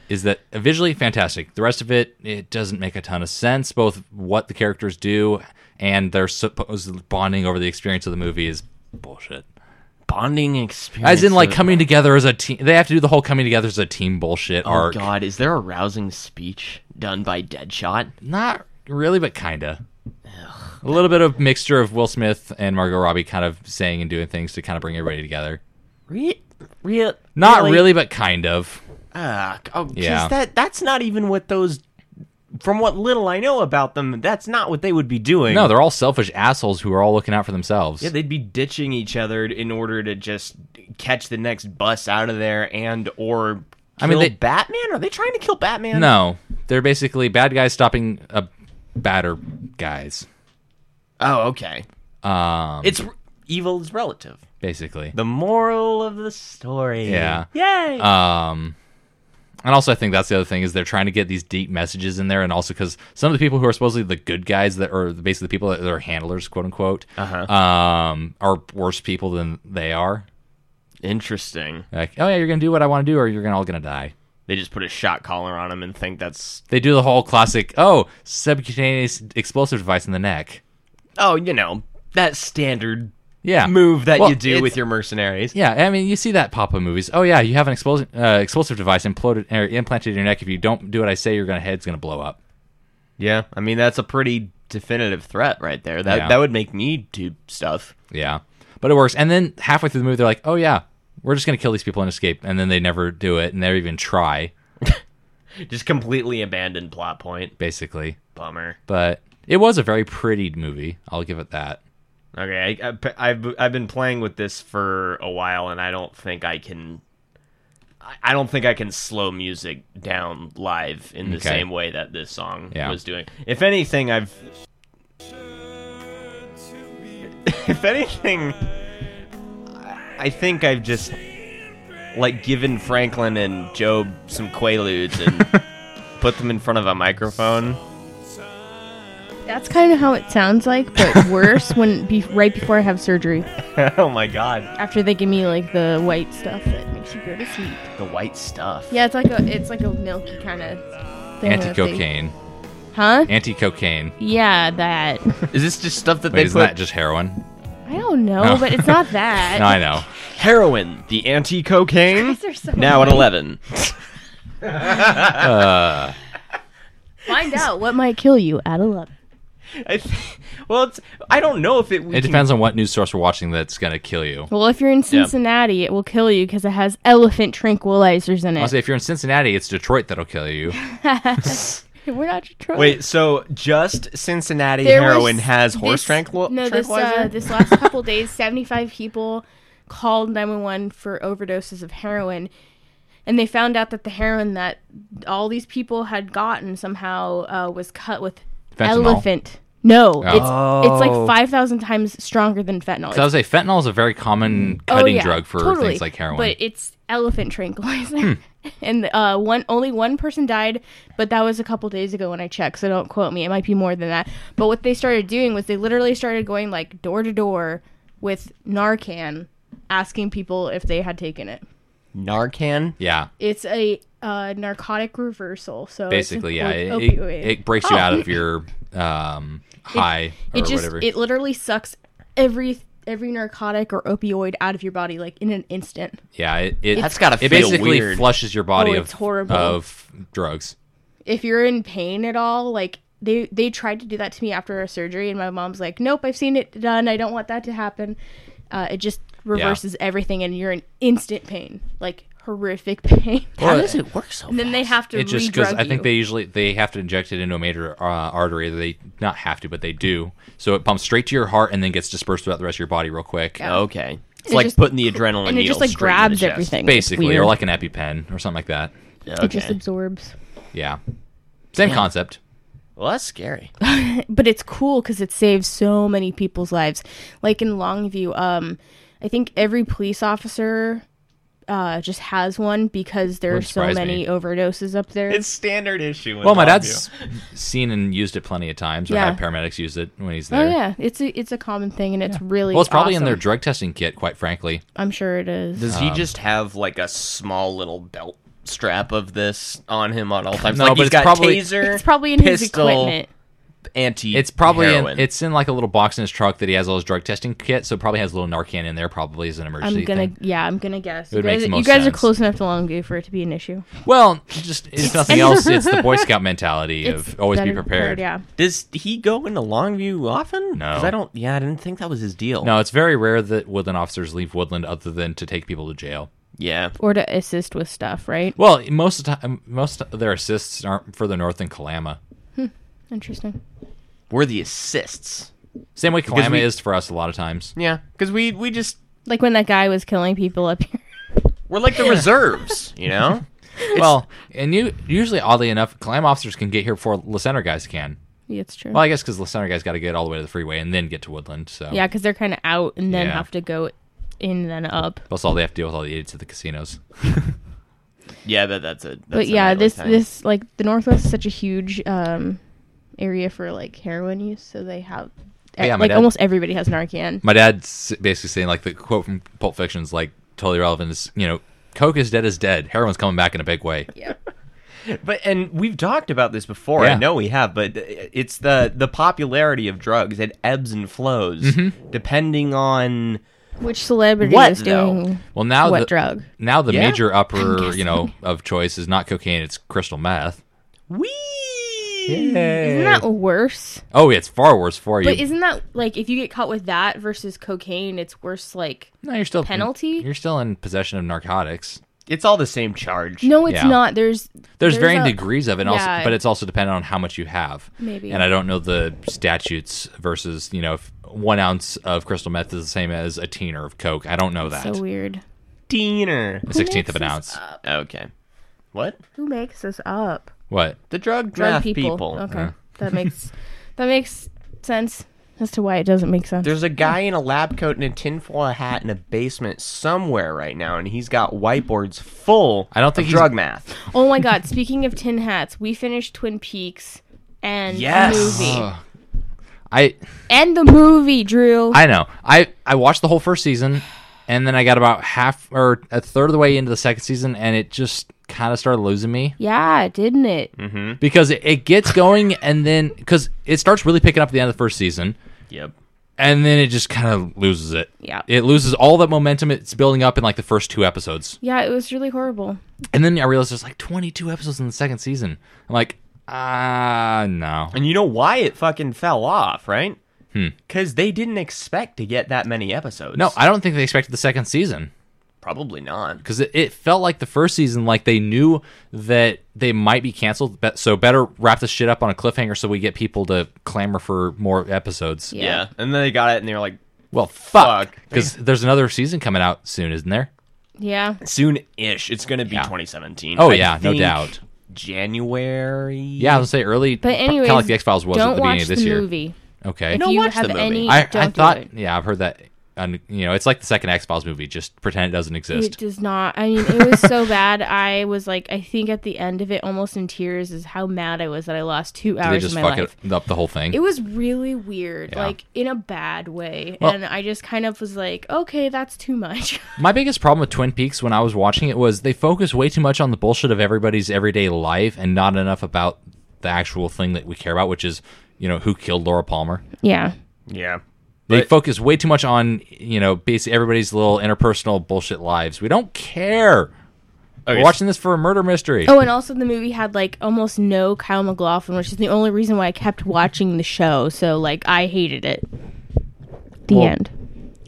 [SPEAKER 5] Is that visually fantastic? The rest of it, it doesn't make a ton of sense. Both what the characters do and their supposed bonding over the experience of the movie is bullshit.
[SPEAKER 4] bonding experience.
[SPEAKER 5] As in, like
[SPEAKER 4] of-
[SPEAKER 5] coming together as a team. They have to do the whole coming together as a team bullshit
[SPEAKER 4] Oh
[SPEAKER 5] arc.
[SPEAKER 4] God, is there a rousing speech done by Deadshot?
[SPEAKER 5] Not really, but kinda. A little bit of mixture of Will Smith and Margot Robbie kind of saying and doing things to kind of bring everybody together.
[SPEAKER 4] Re- real,
[SPEAKER 5] Not really, but kind of.
[SPEAKER 4] Ah, oh, 'cause
[SPEAKER 5] Yeah.
[SPEAKER 4] that that's not even what those. From what little I know about them, that's not what they would be doing.
[SPEAKER 5] No, they're all selfish assholes who are all looking out for themselves.
[SPEAKER 4] Yeah, they'd be ditching each other in order to just catch the next bus out of there and or.
[SPEAKER 5] I mean,
[SPEAKER 4] kill
[SPEAKER 5] they-
[SPEAKER 4] Batman? Are they trying to kill Batman?
[SPEAKER 5] no, they're basically bad guys stopping uh, badder guys.
[SPEAKER 4] Oh, okay.
[SPEAKER 5] Um,
[SPEAKER 4] It's evil is relative.
[SPEAKER 5] basically
[SPEAKER 4] The moral of the story.
[SPEAKER 5] Yeah.
[SPEAKER 4] Yay.
[SPEAKER 5] Um, and also, I think that's the other thing is they're trying to get these deep messages in there, and also because some of the people who are supposedly the good guys that are basically the people that are handlers, quote unquote, uh-huh. um, are worse people than they are.
[SPEAKER 4] Interesting.
[SPEAKER 5] Like, oh yeah, you're gonna do what I want to do, or you're gonna all gonna die.
[SPEAKER 4] They just put a shot collar on him and think that's
[SPEAKER 5] They do the whole classic, oh, subcutaneous explosive device in the neck.
[SPEAKER 4] oh, you know, that standard
[SPEAKER 5] Yeah,
[SPEAKER 4] move that
[SPEAKER 5] Well,
[SPEAKER 4] you do
[SPEAKER 5] it's-
[SPEAKER 4] with your mercenaries.
[SPEAKER 5] Yeah, I mean, you see that pop up movies. Oh yeah, you have an explosive uh, explosive device imploded or implanted in your neck. If you don't do what I say, your gonna head's gonna blow up.
[SPEAKER 4] Yeah, I mean that's a pretty definitive threat right there. That
[SPEAKER 5] Yeah.
[SPEAKER 4] that would make me do stuff.
[SPEAKER 5] Yeah, but it works. And then halfway through the movie, they're like, "Oh yeah, we're just gonna kill these people and escape." And then they never do it, and never even try,
[SPEAKER 4] Just completely abandoned plot point.
[SPEAKER 5] basically.
[SPEAKER 4] Bummer.
[SPEAKER 5] But it was a very pretty movie. I'll give it that.
[SPEAKER 4] Okay, I, I, have I've been playing with this for a while, and I don't think I can. I- I don't think I can slow music down live in the
[SPEAKER 5] Okay.
[SPEAKER 4] same way that this song
[SPEAKER 5] Yeah.
[SPEAKER 4] was doing. If anything, I've. If anything, I- I think I've just like given Franklin and Job some quaaludes and put them in front of a microphone.
[SPEAKER 6] That's kind of how it sounds like, but worse when be- right before I have surgery.
[SPEAKER 4] oh my god,
[SPEAKER 6] After they give me like the white stuff that makes you go to sleep.
[SPEAKER 4] the white stuff.
[SPEAKER 6] Yeah, it's like a it's like a milky kind of thing.
[SPEAKER 5] Anti
[SPEAKER 6] that they-
[SPEAKER 5] cocaine.
[SPEAKER 6] Huh?
[SPEAKER 5] Anti cocaine.
[SPEAKER 6] Yeah, that.
[SPEAKER 4] Is this just stuff that
[SPEAKER 5] Wait,
[SPEAKER 4] they
[SPEAKER 5] isn't
[SPEAKER 4] put?
[SPEAKER 5] that just heroin?
[SPEAKER 6] I don't know,
[SPEAKER 5] No.
[SPEAKER 6] Oh, but it's not that.
[SPEAKER 5] No, I know.
[SPEAKER 4] Heroin, the anti cocaine.
[SPEAKER 6] These are so
[SPEAKER 4] Now at 11.
[SPEAKER 5] Uh,
[SPEAKER 6] Find out what might kill you at 11.
[SPEAKER 4] I th- well, it's, I don't know if it. We
[SPEAKER 5] It
[SPEAKER 4] can-
[SPEAKER 5] depends on what news source we're watching that's gonna kill you.
[SPEAKER 6] Well, if you're in Cincinnati, it will kill you because it has elephant tranquilizers in it.
[SPEAKER 5] Also, if you're in Cincinnati, it's Detroit that'll kill you.
[SPEAKER 6] We're not Detroit.
[SPEAKER 4] Wait, so just Cincinnati
[SPEAKER 6] There was
[SPEAKER 4] heroin has horse
[SPEAKER 6] this-
[SPEAKER 4] tranquil-
[SPEAKER 6] No, this,
[SPEAKER 4] tranquilizer?
[SPEAKER 6] uh, this last couple days, 75 people called 911 for overdoses of heroin. And they found out that the heroin that all these people had gotten somehow uh, was cut with
[SPEAKER 5] Fentanyl.
[SPEAKER 6] elephant. No, it's it's
[SPEAKER 4] Oh.
[SPEAKER 6] like 5,000 times stronger than fentanyl.
[SPEAKER 5] So I would say fentanyl is a very common cutting
[SPEAKER 6] Mm. Oh, yeah,
[SPEAKER 5] drug for
[SPEAKER 6] totally.
[SPEAKER 5] things like heroin. Hmm.
[SPEAKER 6] But it's elephant tranquilizer. and uh, one only one person died, but that was a couple days ago when I checked, so don't quote me. It might be more than that. But what they started doing was they literally started going like door to door with Narcan, asking people if they had taken it.
[SPEAKER 4] Narcan?
[SPEAKER 5] yeah,
[SPEAKER 6] It's a uh, narcotic reversal, so it's
[SPEAKER 5] basically, yeah,
[SPEAKER 6] like
[SPEAKER 5] it, it,
[SPEAKER 6] opioid. Oh.
[SPEAKER 5] it breaks you out of your um, high or
[SPEAKER 6] it just
[SPEAKER 5] whatever.
[SPEAKER 6] it literally sucks every every narcotic or opioid out of your body like in an instant.
[SPEAKER 5] Yeah, it, it
[SPEAKER 4] That's gotta
[SPEAKER 5] it
[SPEAKER 4] feel
[SPEAKER 5] basically
[SPEAKER 4] weird.
[SPEAKER 5] flushes your body
[SPEAKER 6] Oh,
[SPEAKER 5] of
[SPEAKER 6] it's horrible.
[SPEAKER 5] of drugs.
[SPEAKER 6] if you're in pain at all, like they they tried to do that to me after a surgery, and my mom's like, "Nope, I've seen it done. I don't want that to happen." Uh, it just reverses everything, and you're in instant pain, like horrific pain.
[SPEAKER 4] How does it work so
[SPEAKER 6] and then they have to
[SPEAKER 5] It just
[SPEAKER 6] redrug
[SPEAKER 5] because I think
[SPEAKER 6] you.
[SPEAKER 5] they usually they have to inject it into a major uh, artery. They not have to, but they do. So it pumps straight to your heart and then gets dispersed throughout the rest of your body real quick,
[SPEAKER 4] Oh, Okay. It's
[SPEAKER 6] It
[SPEAKER 4] like
[SPEAKER 6] just-
[SPEAKER 4] putting the adrenaline
[SPEAKER 6] and it
[SPEAKER 4] needle
[SPEAKER 6] just like
[SPEAKER 4] straight in the
[SPEAKER 6] grabs
[SPEAKER 4] chest.
[SPEAKER 6] everything. It's
[SPEAKER 5] basically,
[SPEAKER 6] weird.
[SPEAKER 5] or like an EpiPen or something like that.
[SPEAKER 6] it just
[SPEAKER 4] Okay.
[SPEAKER 6] absorbs.
[SPEAKER 5] Yeah, same concept.
[SPEAKER 4] Well, that's scary.
[SPEAKER 6] but it's cool because it saves so many people's lives. Like in Longview, um, I think every police officer uh, just has one because there are
[SPEAKER 5] Wouldn't
[SPEAKER 6] so
[SPEAKER 5] surprise
[SPEAKER 6] many
[SPEAKER 5] me.
[SPEAKER 6] overdoses up there.
[SPEAKER 4] It's standard issue. in
[SPEAKER 5] Well, my
[SPEAKER 4] Longview.
[SPEAKER 5] dad's seen and used it plenty of times. Or
[SPEAKER 6] Yeah.
[SPEAKER 5] had paramedics use it when he's
[SPEAKER 6] oh
[SPEAKER 5] there.
[SPEAKER 6] yeah, it's a, it's a common thing, and it's really
[SPEAKER 5] Well, it's probably in
[SPEAKER 6] awesome.
[SPEAKER 5] their drug testing kit, quite frankly.
[SPEAKER 6] I'm sure it is.
[SPEAKER 4] Does
[SPEAKER 5] Um,
[SPEAKER 4] he just have like a small little belt strap of this on him at all times?
[SPEAKER 5] No,
[SPEAKER 4] like
[SPEAKER 5] but
[SPEAKER 4] he's
[SPEAKER 5] it's
[SPEAKER 4] got
[SPEAKER 5] probably-
[SPEAKER 4] taser.
[SPEAKER 6] it's probably in his
[SPEAKER 4] pistol,
[SPEAKER 6] equipment.
[SPEAKER 4] anti.
[SPEAKER 5] It's probably in,
[SPEAKER 4] heroin.
[SPEAKER 5] it's in like a little box in his truck that he has all his drug testing kit, so it probably has a little Narcan in there. Probably as an emergency
[SPEAKER 6] I'm gonna
[SPEAKER 5] thing.
[SPEAKER 6] yeah, I'm gonna guess. You
[SPEAKER 5] It would make
[SPEAKER 6] guys,
[SPEAKER 5] the
[SPEAKER 6] you
[SPEAKER 5] most
[SPEAKER 6] guys are
[SPEAKER 5] sense.
[SPEAKER 6] close enough to Longview for it to be an issue.
[SPEAKER 5] Well, just if nothing else, it's the Boy Scout mentality
[SPEAKER 6] It's
[SPEAKER 5] of always be
[SPEAKER 6] better
[SPEAKER 5] prepared.
[SPEAKER 6] Yeah.
[SPEAKER 4] Does he go into Longview often?
[SPEAKER 5] No.
[SPEAKER 4] 'Cause I don't. Yeah, I didn't think that was his deal.
[SPEAKER 5] No, it's very rare that woodland officers leave woodland other than to take people to jail.
[SPEAKER 4] Yeah.
[SPEAKER 6] Or to assist with stuff, right?
[SPEAKER 5] Well, most of the time, most of their assists aren't further north than Kalama.
[SPEAKER 6] Interesting.
[SPEAKER 4] We're the assists.
[SPEAKER 5] Same way Kalama
[SPEAKER 4] we-
[SPEAKER 5] is for us a lot of times.
[SPEAKER 4] Yeah, because we we just
[SPEAKER 6] Like when that guy was killing people up here.
[SPEAKER 4] we're like the reserves, you know.
[SPEAKER 5] well, and you usually, oddly enough, Kalama officers can get here before Lacenter guys can.
[SPEAKER 6] Yeah, it's true.
[SPEAKER 5] Well, I guess because Lacenter guys got to get all the way to the freeway and then get to Woodland. So
[SPEAKER 6] yeah, because they're kind of out and then
[SPEAKER 5] Yeah.
[SPEAKER 6] have to go in then up.
[SPEAKER 5] Plus, all they have to deal with all the idiots at the casinos.
[SPEAKER 4] Yeah, but that's a. That's
[SPEAKER 6] but
[SPEAKER 4] a
[SPEAKER 6] yeah,
[SPEAKER 4] nightly
[SPEAKER 6] this
[SPEAKER 4] thing.
[SPEAKER 6] this like the Northwest is such a huge um area for like heroin use, so they have
[SPEAKER 5] Oh, yeah, my
[SPEAKER 6] like
[SPEAKER 5] dad-
[SPEAKER 6] almost everybody has Narcan.
[SPEAKER 5] My dad's basically saying like the quote from Pulp Fiction's like totally relevant. Is you know, Coke is dead is dead. Heroin's coming back in a big way.
[SPEAKER 6] yeah.
[SPEAKER 4] But and we've talked about this before. I
[SPEAKER 5] Yeah.
[SPEAKER 4] know we have, but it's the the popularity of drugs. It ebbs and flows depending on.
[SPEAKER 6] Which celebrity
[SPEAKER 4] What,
[SPEAKER 6] is
[SPEAKER 4] though?
[SPEAKER 6] doing
[SPEAKER 5] Well, now
[SPEAKER 6] what
[SPEAKER 5] the,
[SPEAKER 6] drug?
[SPEAKER 5] now the
[SPEAKER 4] Yeah.
[SPEAKER 5] major upper you know of choice is not cocaine; it's crystal meth.
[SPEAKER 4] We.
[SPEAKER 6] Isn't that worse?
[SPEAKER 5] Oh, it's far worse for you.
[SPEAKER 6] But isn't that like if you get caught with that versus cocaine, it's worse like
[SPEAKER 5] no, you're still
[SPEAKER 6] penalty?
[SPEAKER 5] You're still in possession of narcotics.
[SPEAKER 4] It's all the same charge.
[SPEAKER 6] No, it's
[SPEAKER 5] Yeah.
[SPEAKER 6] not. There's
[SPEAKER 5] There's, varying
[SPEAKER 6] a-
[SPEAKER 5] degrees of it, and
[SPEAKER 6] Yeah.
[SPEAKER 5] also, but it's also dependent on how much you have.
[SPEAKER 6] Maybe.
[SPEAKER 5] And I don't know the statutes versus you know if one ounce of crystal meth is the same as a teener of coke. I don't know that.
[SPEAKER 6] So weird.
[SPEAKER 4] Diener.
[SPEAKER 5] A sixteenth of
[SPEAKER 6] Who
[SPEAKER 5] an
[SPEAKER 6] makes
[SPEAKER 5] ounce.
[SPEAKER 6] this up?
[SPEAKER 4] Okay. What?
[SPEAKER 6] Who makes this up?
[SPEAKER 5] What?
[SPEAKER 4] The drug
[SPEAKER 6] Drug
[SPEAKER 4] draft
[SPEAKER 6] people.
[SPEAKER 4] people.
[SPEAKER 6] Okay,
[SPEAKER 5] Uh-huh.
[SPEAKER 6] that makes that makes sense as to why it doesn't make sense.
[SPEAKER 4] There's a guy in a lab coat and a tinfoil hat in a basement somewhere right now, and he's got whiteboards full.
[SPEAKER 5] I don't think
[SPEAKER 4] of
[SPEAKER 5] he's-
[SPEAKER 4] drug math.
[SPEAKER 6] oh my god! Speaking of tin hats, we finished Twin Peaks and
[SPEAKER 4] Yes.
[SPEAKER 6] the movie
[SPEAKER 5] Ugh. I
[SPEAKER 6] and the movie Drew.
[SPEAKER 5] I know. I I watched the whole first season, and then I got about half or a third of the way into the second season, and it just kind of started losing me
[SPEAKER 6] yeah, didn't it?
[SPEAKER 5] Mm. because it, it gets going, and then because it starts really picking up at the end of the first season,
[SPEAKER 4] Yep.
[SPEAKER 5] and then it just kind of loses it.
[SPEAKER 6] Yeah.
[SPEAKER 5] it loses all that momentum it's building up in like the first two episodes,
[SPEAKER 6] Yeah, it was really horrible.
[SPEAKER 5] and then I realized there's like 22 episodes in the second season. I'm like, ah, no.
[SPEAKER 4] And you know why it fucking fell off, right? Because they didn't expect to get that many episodes.
[SPEAKER 5] Hmm. No, I don't think they expected the second season.
[SPEAKER 4] probably not.
[SPEAKER 5] because it, it felt like the first season like they knew that they might be canceled but, so better wrap this shit up on a cliffhanger so we get people to clamor for more episodes
[SPEAKER 4] Yeah. And then they got it, and they were like,
[SPEAKER 5] well fuck
[SPEAKER 4] Fuck.
[SPEAKER 5] because there's another season coming out soon isn't there
[SPEAKER 6] Yeah.
[SPEAKER 4] soon-ish, it's gonna be
[SPEAKER 5] Yeah.
[SPEAKER 4] 2017.
[SPEAKER 5] oh
[SPEAKER 4] I
[SPEAKER 5] yeah no
[SPEAKER 4] think
[SPEAKER 5] doubt
[SPEAKER 4] January.
[SPEAKER 5] yeah i was gonna say early
[SPEAKER 6] But anyway,
[SPEAKER 5] kind of like the x-files was
[SPEAKER 6] don't
[SPEAKER 5] at the beginning
[SPEAKER 6] watch
[SPEAKER 5] of this
[SPEAKER 6] the
[SPEAKER 5] year
[SPEAKER 6] movie.
[SPEAKER 5] okay
[SPEAKER 6] If
[SPEAKER 4] No,
[SPEAKER 6] you
[SPEAKER 4] watch
[SPEAKER 6] have
[SPEAKER 4] the movie.
[SPEAKER 6] any,
[SPEAKER 5] i,
[SPEAKER 6] don't
[SPEAKER 5] I
[SPEAKER 6] do
[SPEAKER 5] thought
[SPEAKER 6] it.
[SPEAKER 5] yeah i've heard that on you know it's like the second x-files movie just pretend it doesn't
[SPEAKER 6] It
[SPEAKER 5] exist
[SPEAKER 6] does not. I mean, it was so bad. I was like, I think at the end of it, almost in tears, is how mad I was that I lost two
[SPEAKER 5] they
[SPEAKER 6] hours of
[SPEAKER 5] just
[SPEAKER 6] my
[SPEAKER 5] fuck
[SPEAKER 6] life.
[SPEAKER 5] it up the whole thing
[SPEAKER 6] It was really weird,
[SPEAKER 5] Yeah.
[SPEAKER 6] like in a bad way.
[SPEAKER 5] Well-
[SPEAKER 6] and I just kind of was like, okay, that's too much.
[SPEAKER 5] My biggest problem with Twin Peaks when I was watching it was they focus way too much on the bullshit of everybody's everyday life and not enough about the actual thing that we care about, which is, you know, who killed Laura Palmer.
[SPEAKER 6] yeah.
[SPEAKER 4] Yeah.
[SPEAKER 5] They
[SPEAKER 4] But-
[SPEAKER 5] focus way too much on, you know, basically everybody's little interpersonal bullshit lives. We don't care.
[SPEAKER 4] Okay,
[SPEAKER 5] We're watching this for a murder mystery.
[SPEAKER 6] Oh, and also the movie had like almost no Kyle McLaughlin, which is the only reason why I kept watching the show. So like, I hated it. The
[SPEAKER 4] Well,
[SPEAKER 6] end.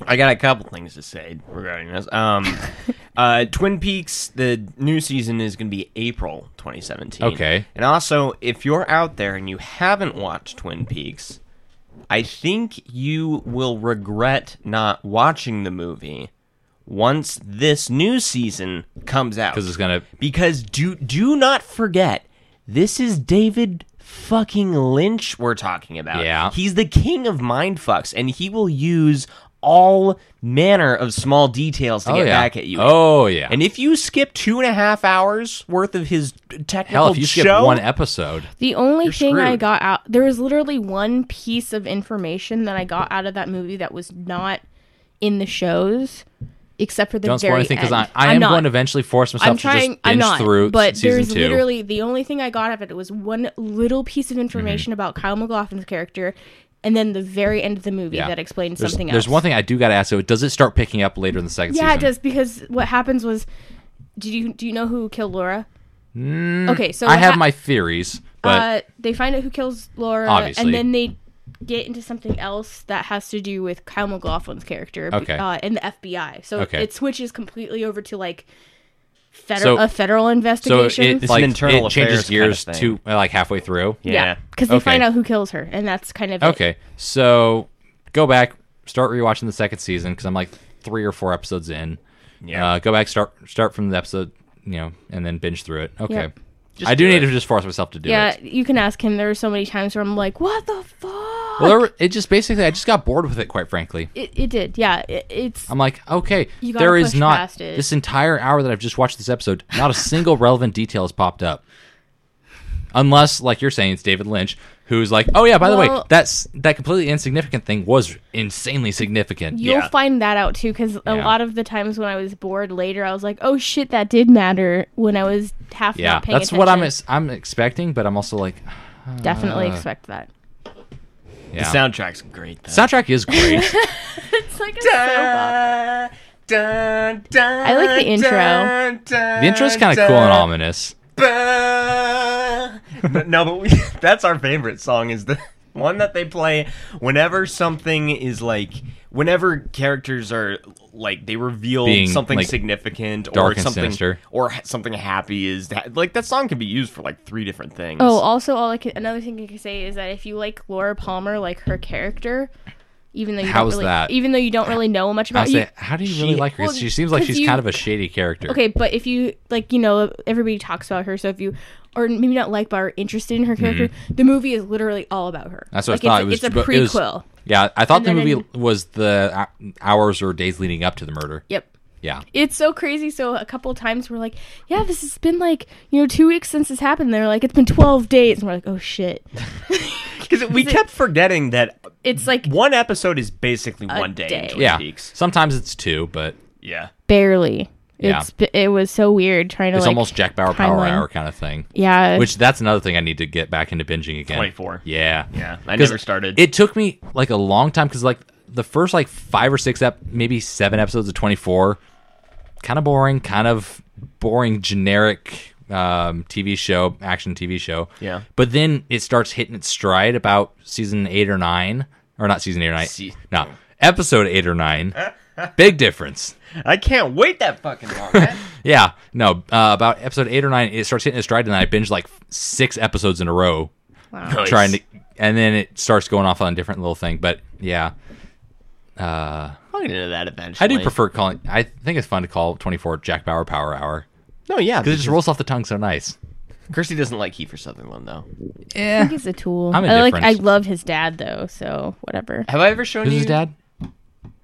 [SPEAKER 4] I got a couple things to say regarding this. Um, uh, Twin Peaks, the new season is going to be April 2017.
[SPEAKER 5] Okay.
[SPEAKER 4] And also, if you're out there and you haven't watched Twin Peaks, I think you will regret not watching the movie once this new season comes out.
[SPEAKER 5] Because it's gonna
[SPEAKER 4] Because do do not forget, this is David fucking Lynch we're talking about.
[SPEAKER 5] Yeah.
[SPEAKER 4] He's the king of mindfucks, and he will use all manner of small details to
[SPEAKER 5] oh,
[SPEAKER 4] get
[SPEAKER 5] yeah.
[SPEAKER 4] back at you.
[SPEAKER 5] Oh yeah.
[SPEAKER 4] And if you skip two and a half hours worth of his technical
[SPEAKER 5] Hell, if you skip
[SPEAKER 4] show,
[SPEAKER 5] one episode,
[SPEAKER 6] The only
[SPEAKER 4] You're
[SPEAKER 6] thing I
[SPEAKER 4] screwed.
[SPEAKER 6] got out there was literally one piece of information that I got out of that movie that was not in the shows except for the
[SPEAKER 5] Don't spoil
[SPEAKER 6] very
[SPEAKER 5] anything because
[SPEAKER 6] end.
[SPEAKER 5] I, I
[SPEAKER 6] I'm
[SPEAKER 5] am
[SPEAKER 6] not.
[SPEAKER 5] going to eventually force myself
[SPEAKER 6] I'm
[SPEAKER 5] to
[SPEAKER 6] trying.
[SPEAKER 5] just binge
[SPEAKER 6] I'm not.
[SPEAKER 5] through
[SPEAKER 6] but
[SPEAKER 5] season
[SPEAKER 6] there's
[SPEAKER 5] two.
[SPEAKER 6] literally the only thing I got out of it was one little piece of
[SPEAKER 5] Mm-hmm.
[SPEAKER 6] information about Kyle McLaughlin's character, and then the very end of the movie
[SPEAKER 5] Yeah.
[SPEAKER 6] that explains
[SPEAKER 5] there's,
[SPEAKER 6] something else.
[SPEAKER 5] There's one thing I do got to ask. So does it start picking up later in the second
[SPEAKER 6] Yeah,
[SPEAKER 5] season?
[SPEAKER 6] it does because what happens was, did you do you know who killed Laura? okay, so
[SPEAKER 5] Mm, I
[SPEAKER 6] what
[SPEAKER 5] have
[SPEAKER 6] hap-
[SPEAKER 5] my theories, but
[SPEAKER 6] uh, they find out who kills Laura,
[SPEAKER 5] Obviously.
[SPEAKER 6] and then they get into something else that has to do with Kyle McLaughlin's character b-
[SPEAKER 5] Okay.
[SPEAKER 6] uh, and the FBI. So
[SPEAKER 5] Okay.
[SPEAKER 6] it switches completely over to like federal
[SPEAKER 5] So-
[SPEAKER 6] a federal
[SPEAKER 5] so
[SPEAKER 6] investigation.
[SPEAKER 5] it
[SPEAKER 4] an
[SPEAKER 5] like
[SPEAKER 4] internal
[SPEAKER 5] it changes
[SPEAKER 4] affairs kind of
[SPEAKER 5] gears
[SPEAKER 4] thing.
[SPEAKER 5] to uh, like halfway through.
[SPEAKER 6] yeah,
[SPEAKER 4] Yeah.
[SPEAKER 6] because they
[SPEAKER 5] Okay.
[SPEAKER 6] find out who kills her, and that's kind of it.
[SPEAKER 5] Okay, so go back, start rewatching the second season because I'm like three or four episodes in.
[SPEAKER 4] Yeah.
[SPEAKER 5] uh, go back, start start from the episode, you know, and then binge through it. Okay,
[SPEAKER 6] Yep.
[SPEAKER 5] I do,
[SPEAKER 4] do
[SPEAKER 5] need
[SPEAKER 4] it.
[SPEAKER 5] to just force myself to do
[SPEAKER 6] Yeah,
[SPEAKER 5] it.
[SPEAKER 6] you can ask him. There were so many times where I'm like, "What the fuck?"
[SPEAKER 5] Well, there were, it just basically I just got bored with it. Quite frankly,
[SPEAKER 6] it, it did. Yeah, it, it's
[SPEAKER 5] I'm like, okay,
[SPEAKER 6] You gotta
[SPEAKER 5] there is
[SPEAKER 6] push
[SPEAKER 5] not
[SPEAKER 6] past it.
[SPEAKER 5] this entire hour that I've just watched this episode. Not a single relevant detail has popped up, unless, like you're saying, it's David Lynch, who's like, oh yeah, by the way,
[SPEAKER 6] Well-
[SPEAKER 5] that's that completely insignificant thing was insanely significant.
[SPEAKER 6] You'll
[SPEAKER 4] Yeah.
[SPEAKER 6] find that out too, because a
[SPEAKER 5] Yeah.
[SPEAKER 6] lot of the times when I was bored later, I was like, "Oh shit, that did matter." When I was half
[SPEAKER 5] yeah,
[SPEAKER 6] not
[SPEAKER 5] that's
[SPEAKER 6] paying
[SPEAKER 5] what I'm
[SPEAKER 6] attention.
[SPEAKER 5] ex- I'm expecting, but I'm also like,
[SPEAKER 6] definitely
[SPEAKER 5] Uh.
[SPEAKER 6] expect that.
[SPEAKER 5] yeah.
[SPEAKER 4] The soundtrack's great. Though.
[SPEAKER 5] soundtrack is great.
[SPEAKER 6] It's like a soap I like the intro.
[SPEAKER 5] the intro's kind of cool and ominous.
[SPEAKER 4] But no, but we, that's our favorite song is the one that they play whenever something is like whenever characters are like they reveal
[SPEAKER 5] Being,
[SPEAKER 4] something
[SPEAKER 5] like,
[SPEAKER 4] significant
[SPEAKER 5] dark
[SPEAKER 4] or
[SPEAKER 5] and
[SPEAKER 4] something
[SPEAKER 5] sinister.
[SPEAKER 4] or h- something happy is that, like that song can be used for like three different things.
[SPEAKER 6] Oh, also, all I can, another thing I can say is that if you like Laura Palmer, like her character, even though you
[SPEAKER 5] How's
[SPEAKER 6] don't really,
[SPEAKER 5] that?
[SPEAKER 6] even though you don't really know much
[SPEAKER 5] I
[SPEAKER 6] about
[SPEAKER 5] was
[SPEAKER 6] you,
[SPEAKER 5] like, how do you really
[SPEAKER 4] she-
[SPEAKER 5] like her? 'Cause
[SPEAKER 6] well,
[SPEAKER 5] she seems like
[SPEAKER 6] 'cause
[SPEAKER 5] she's
[SPEAKER 6] you-
[SPEAKER 5] kind of a shady character.
[SPEAKER 6] okay, but if you like, you know, everybody talks about her, so if you or maybe not like, but are interested in her character, the movie is literally all about her.
[SPEAKER 5] Mm-hmm. That's what
[SPEAKER 6] like,
[SPEAKER 5] I thought.
[SPEAKER 6] It's,
[SPEAKER 5] it was,
[SPEAKER 6] it's a
[SPEAKER 5] but it was-
[SPEAKER 6] prequel.
[SPEAKER 5] yeah, I thought
[SPEAKER 6] And
[SPEAKER 5] the
[SPEAKER 6] then
[SPEAKER 5] movie
[SPEAKER 6] in-
[SPEAKER 5] was the hou- hours or days leading up to the murder.
[SPEAKER 6] Yep.
[SPEAKER 5] Yeah.
[SPEAKER 6] it's so crazy. So a couple times we're like, yeah, this has been like you know two weeks since this happened. They're like, it's been twelve days, and we're like, oh shit.
[SPEAKER 4] because we kept forgetting that
[SPEAKER 6] It's like
[SPEAKER 4] one episode is basically one day.
[SPEAKER 6] day.
[SPEAKER 4] In Twin
[SPEAKER 5] Yeah.
[SPEAKER 4] Peaks.
[SPEAKER 5] Sometimes it's two, but
[SPEAKER 4] Yeah.
[SPEAKER 6] barely.
[SPEAKER 5] Yeah.
[SPEAKER 6] It's b- it was so weird trying to
[SPEAKER 5] it's
[SPEAKER 6] like
[SPEAKER 5] almost Jack Bauer Power
[SPEAKER 6] timeline.
[SPEAKER 5] Hour kind of thing.
[SPEAKER 6] yeah
[SPEAKER 5] Which that's another thing I need to get back into binging again.
[SPEAKER 4] 24.
[SPEAKER 5] Yeah.
[SPEAKER 4] Yeah. I
[SPEAKER 5] 'Cause
[SPEAKER 4] never started.
[SPEAKER 5] It took me like a long time because like the first like five or six ep- maybe seven episodes of 24, kind of boring, kind of boring generic um, TV show, action TV show.
[SPEAKER 4] Yeah.
[SPEAKER 5] But then it starts hitting its stride about season eight or nine, or not season eight or nine.
[SPEAKER 4] Se-
[SPEAKER 5] no, episode eight or nine. Big difference.
[SPEAKER 4] I can't wait that fucking long. man.
[SPEAKER 5] Yeah, no. Uh, about episode eight or nine, it starts hitting its stride, and then I binge like six episodes in a row,
[SPEAKER 4] Nice.
[SPEAKER 5] trying to, and then it starts going off on a different little thing. But yeah,
[SPEAKER 4] I'll get into that eventually.
[SPEAKER 5] I do prefer calling. I think it's fun to call twenty four Jack Bauer Power Hour
[SPEAKER 4] No, yeah.
[SPEAKER 5] because it just rolls off the tongue so nice.
[SPEAKER 4] Kirsty doesn't like Kiefer Sutherland though.
[SPEAKER 5] Yeah.
[SPEAKER 6] he's a tool.
[SPEAKER 5] I'm
[SPEAKER 6] I like I
[SPEAKER 5] indifferent.
[SPEAKER 6] love his dad though, so whatever.
[SPEAKER 4] Have I ever shown
[SPEAKER 5] Who's
[SPEAKER 4] you
[SPEAKER 5] his dad?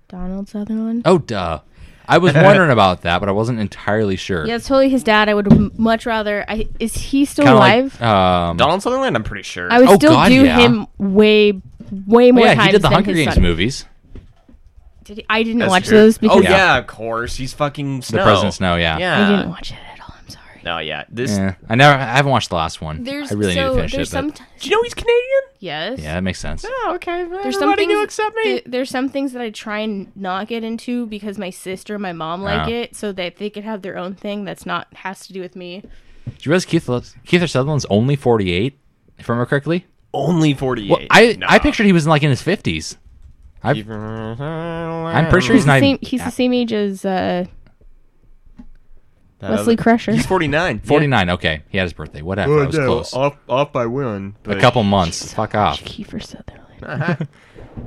[SPEAKER 6] Donald Sutherland.
[SPEAKER 5] Oh, duh. I was wondering about that, but I wasn't entirely sure.
[SPEAKER 6] Yeah, it's totally his dad. I would m- much rather. I is he still
[SPEAKER 5] Kinda
[SPEAKER 6] alive?
[SPEAKER 5] Like, um,
[SPEAKER 4] Donald Sutherland? I'm pretty sure.
[SPEAKER 6] I would
[SPEAKER 5] oh,
[SPEAKER 6] still
[SPEAKER 5] God,
[SPEAKER 6] do
[SPEAKER 5] yeah. Oh,
[SPEAKER 6] him way, way more
[SPEAKER 5] yeah,
[SPEAKER 6] times
[SPEAKER 5] he did the
[SPEAKER 6] than
[SPEAKER 5] Hunger
[SPEAKER 6] his
[SPEAKER 5] Games
[SPEAKER 6] son.
[SPEAKER 5] movies.
[SPEAKER 6] Did he- I didn't
[SPEAKER 4] That's
[SPEAKER 6] watch
[SPEAKER 4] true.
[SPEAKER 6] those
[SPEAKER 4] oh
[SPEAKER 6] because
[SPEAKER 4] yeah.
[SPEAKER 5] Yeah.
[SPEAKER 4] of course. He's fucking Snow.
[SPEAKER 5] President Snow, yeah.
[SPEAKER 6] I didn't
[SPEAKER 4] Yeah.
[SPEAKER 6] watch it at all. I'm sorry.
[SPEAKER 4] No, yeah. This.
[SPEAKER 5] Yeah. I never. I haven't watched the last one.
[SPEAKER 6] There's
[SPEAKER 5] I really
[SPEAKER 6] so
[SPEAKER 5] need to finish
[SPEAKER 6] there's
[SPEAKER 5] it.
[SPEAKER 6] some
[SPEAKER 5] but,
[SPEAKER 6] t-
[SPEAKER 4] Do you know he's Canadian?
[SPEAKER 6] yes.
[SPEAKER 5] yeah, that makes sense.
[SPEAKER 4] Oh, okay.
[SPEAKER 6] There's some things th- there's some things that I try and not get into because my sister and my mom like
[SPEAKER 5] Ah.
[SPEAKER 6] it, so that they could have their own thing that's not has to do with me.
[SPEAKER 5] Do you realize Keith Keith Sutherland's only forty eight? If I remember correctly,
[SPEAKER 4] Only 48.
[SPEAKER 5] well, I
[SPEAKER 4] Nah.
[SPEAKER 5] I pictured he was in, like in his fifties. I'm
[SPEAKER 4] I'm
[SPEAKER 5] pretty sure he's not.
[SPEAKER 6] Same,
[SPEAKER 5] even-
[SPEAKER 6] he's the same age as uh, Wesley Crusher.
[SPEAKER 4] He's 49.
[SPEAKER 5] Forty nine. Okay, he had his birthday. Whatever. I was close.
[SPEAKER 3] Oh,
[SPEAKER 4] Off, off by one.
[SPEAKER 5] A couple months. Fuck off.
[SPEAKER 6] Kiefer Sutherland.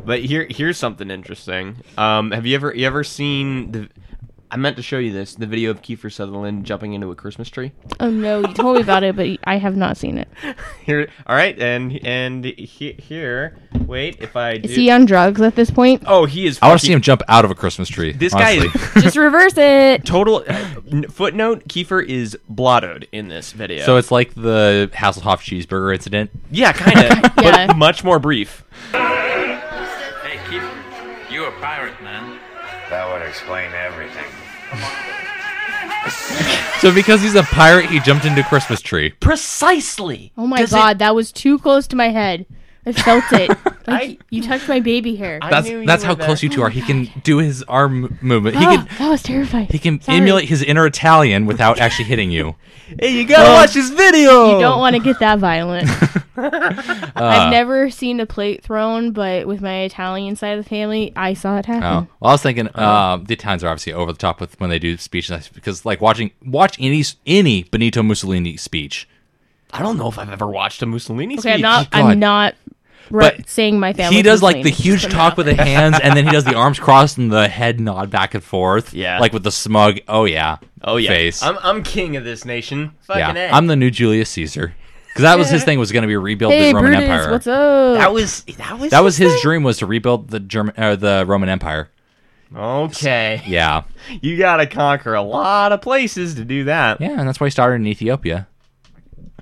[SPEAKER 4] But here, here's something interesting. Um, have you ever, you ever seen the? I meant to show you this. The video of Kiefer Sutherland jumping into a Christmas tree.
[SPEAKER 6] Oh no, you told me about it, but I have not seen it.
[SPEAKER 4] Here, all right, and and he, here. Wait, if I do.
[SPEAKER 6] Is he on drugs at this point?
[SPEAKER 4] oh, he is.
[SPEAKER 5] I want to
[SPEAKER 4] fucking-
[SPEAKER 5] see him jump out of a Christmas tree.
[SPEAKER 4] This guy
[SPEAKER 5] honestly.
[SPEAKER 4] is
[SPEAKER 6] Just reverse it.
[SPEAKER 4] total uh, n- footnote. Kiefer is blottoed in this video.
[SPEAKER 5] So it's like the Hasselhoff cheeseburger incident.
[SPEAKER 4] yeah, kind of,
[SPEAKER 6] Yeah.
[SPEAKER 4] but much more brief.
[SPEAKER 7] Hey, Keith, you a pirate, man.
[SPEAKER 8] That would explain everything.
[SPEAKER 5] So because he's a pirate, he jumped into a Christmas tree.
[SPEAKER 4] Precisely.
[SPEAKER 6] Oh my
[SPEAKER 4] Does it-
[SPEAKER 6] god, that was too close to my head. I felt it. Like
[SPEAKER 4] I-
[SPEAKER 6] you touched my baby hair.
[SPEAKER 4] I
[SPEAKER 5] That's
[SPEAKER 4] knew you
[SPEAKER 5] that's
[SPEAKER 4] were
[SPEAKER 5] how
[SPEAKER 4] there.
[SPEAKER 5] close you two are. He can do his arm movement. He
[SPEAKER 6] Ah,
[SPEAKER 5] can
[SPEAKER 6] that was terrifying.
[SPEAKER 5] he can
[SPEAKER 6] Sorry.
[SPEAKER 5] emulate his inner Italian without actually hitting you.
[SPEAKER 4] Hey, you gotta watch this video.
[SPEAKER 6] You don't want to get that violent.
[SPEAKER 5] Ah.
[SPEAKER 6] I've never seen a plate thrown, but with my Italian side of the family, I saw it happen.
[SPEAKER 4] Mm-hmm.
[SPEAKER 5] Oh, well, I was thinking
[SPEAKER 4] Uh-huh.
[SPEAKER 5] uh, the Italians are obviously over the top with when they do speeches because like watching watch any any Benito Mussolini speech.
[SPEAKER 4] I don't know if I've ever watched a Mussolini
[SPEAKER 6] Okay, I'm
[SPEAKER 4] speech.
[SPEAKER 6] not.
[SPEAKER 5] God.
[SPEAKER 6] I'm not re-
[SPEAKER 5] But
[SPEAKER 6] saying my family.
[SPEAKER 5] he does like the
[SPEAKER 6] complaining.
[SPEAKER 5] huge talk with the hands, and then he does the arms crossed and the head nod back and forth.
[SPEAKER 4] Yeah.
[SPEAKER 5] like with the smug. Oh yeah.
[SPEAKER 4] Oh yeah,
[SPEAKER 5] Face.
[SPEAKER 4] I'm I'm king of this nation. Fucking
[SPEAKER 5] yeah.
[SPEAKER 4] A.
[SPEAKER 5] I'm the new Julius Caesar because that was his thing was going to be rebuild
[SPEAKER 6] Hey,
[SPEAKER 5] the Roman
[SPEAKER 6] Brutus,
[SPEAKER 5] Empire.
[SPEAKER 6] what's up?
[SPEAKER 4] that was that was
[SPEAKER 5] that was his dream was to rebuild the German uh, the Roman Empire.
[SPEAKER 4] okay.
[SPEAKER 5] Yeah,
[SPEAKER 4] You gotta conquer a lot of places to do that.
[SPEAKER 5] yeah, and that's why he started in Ethiopia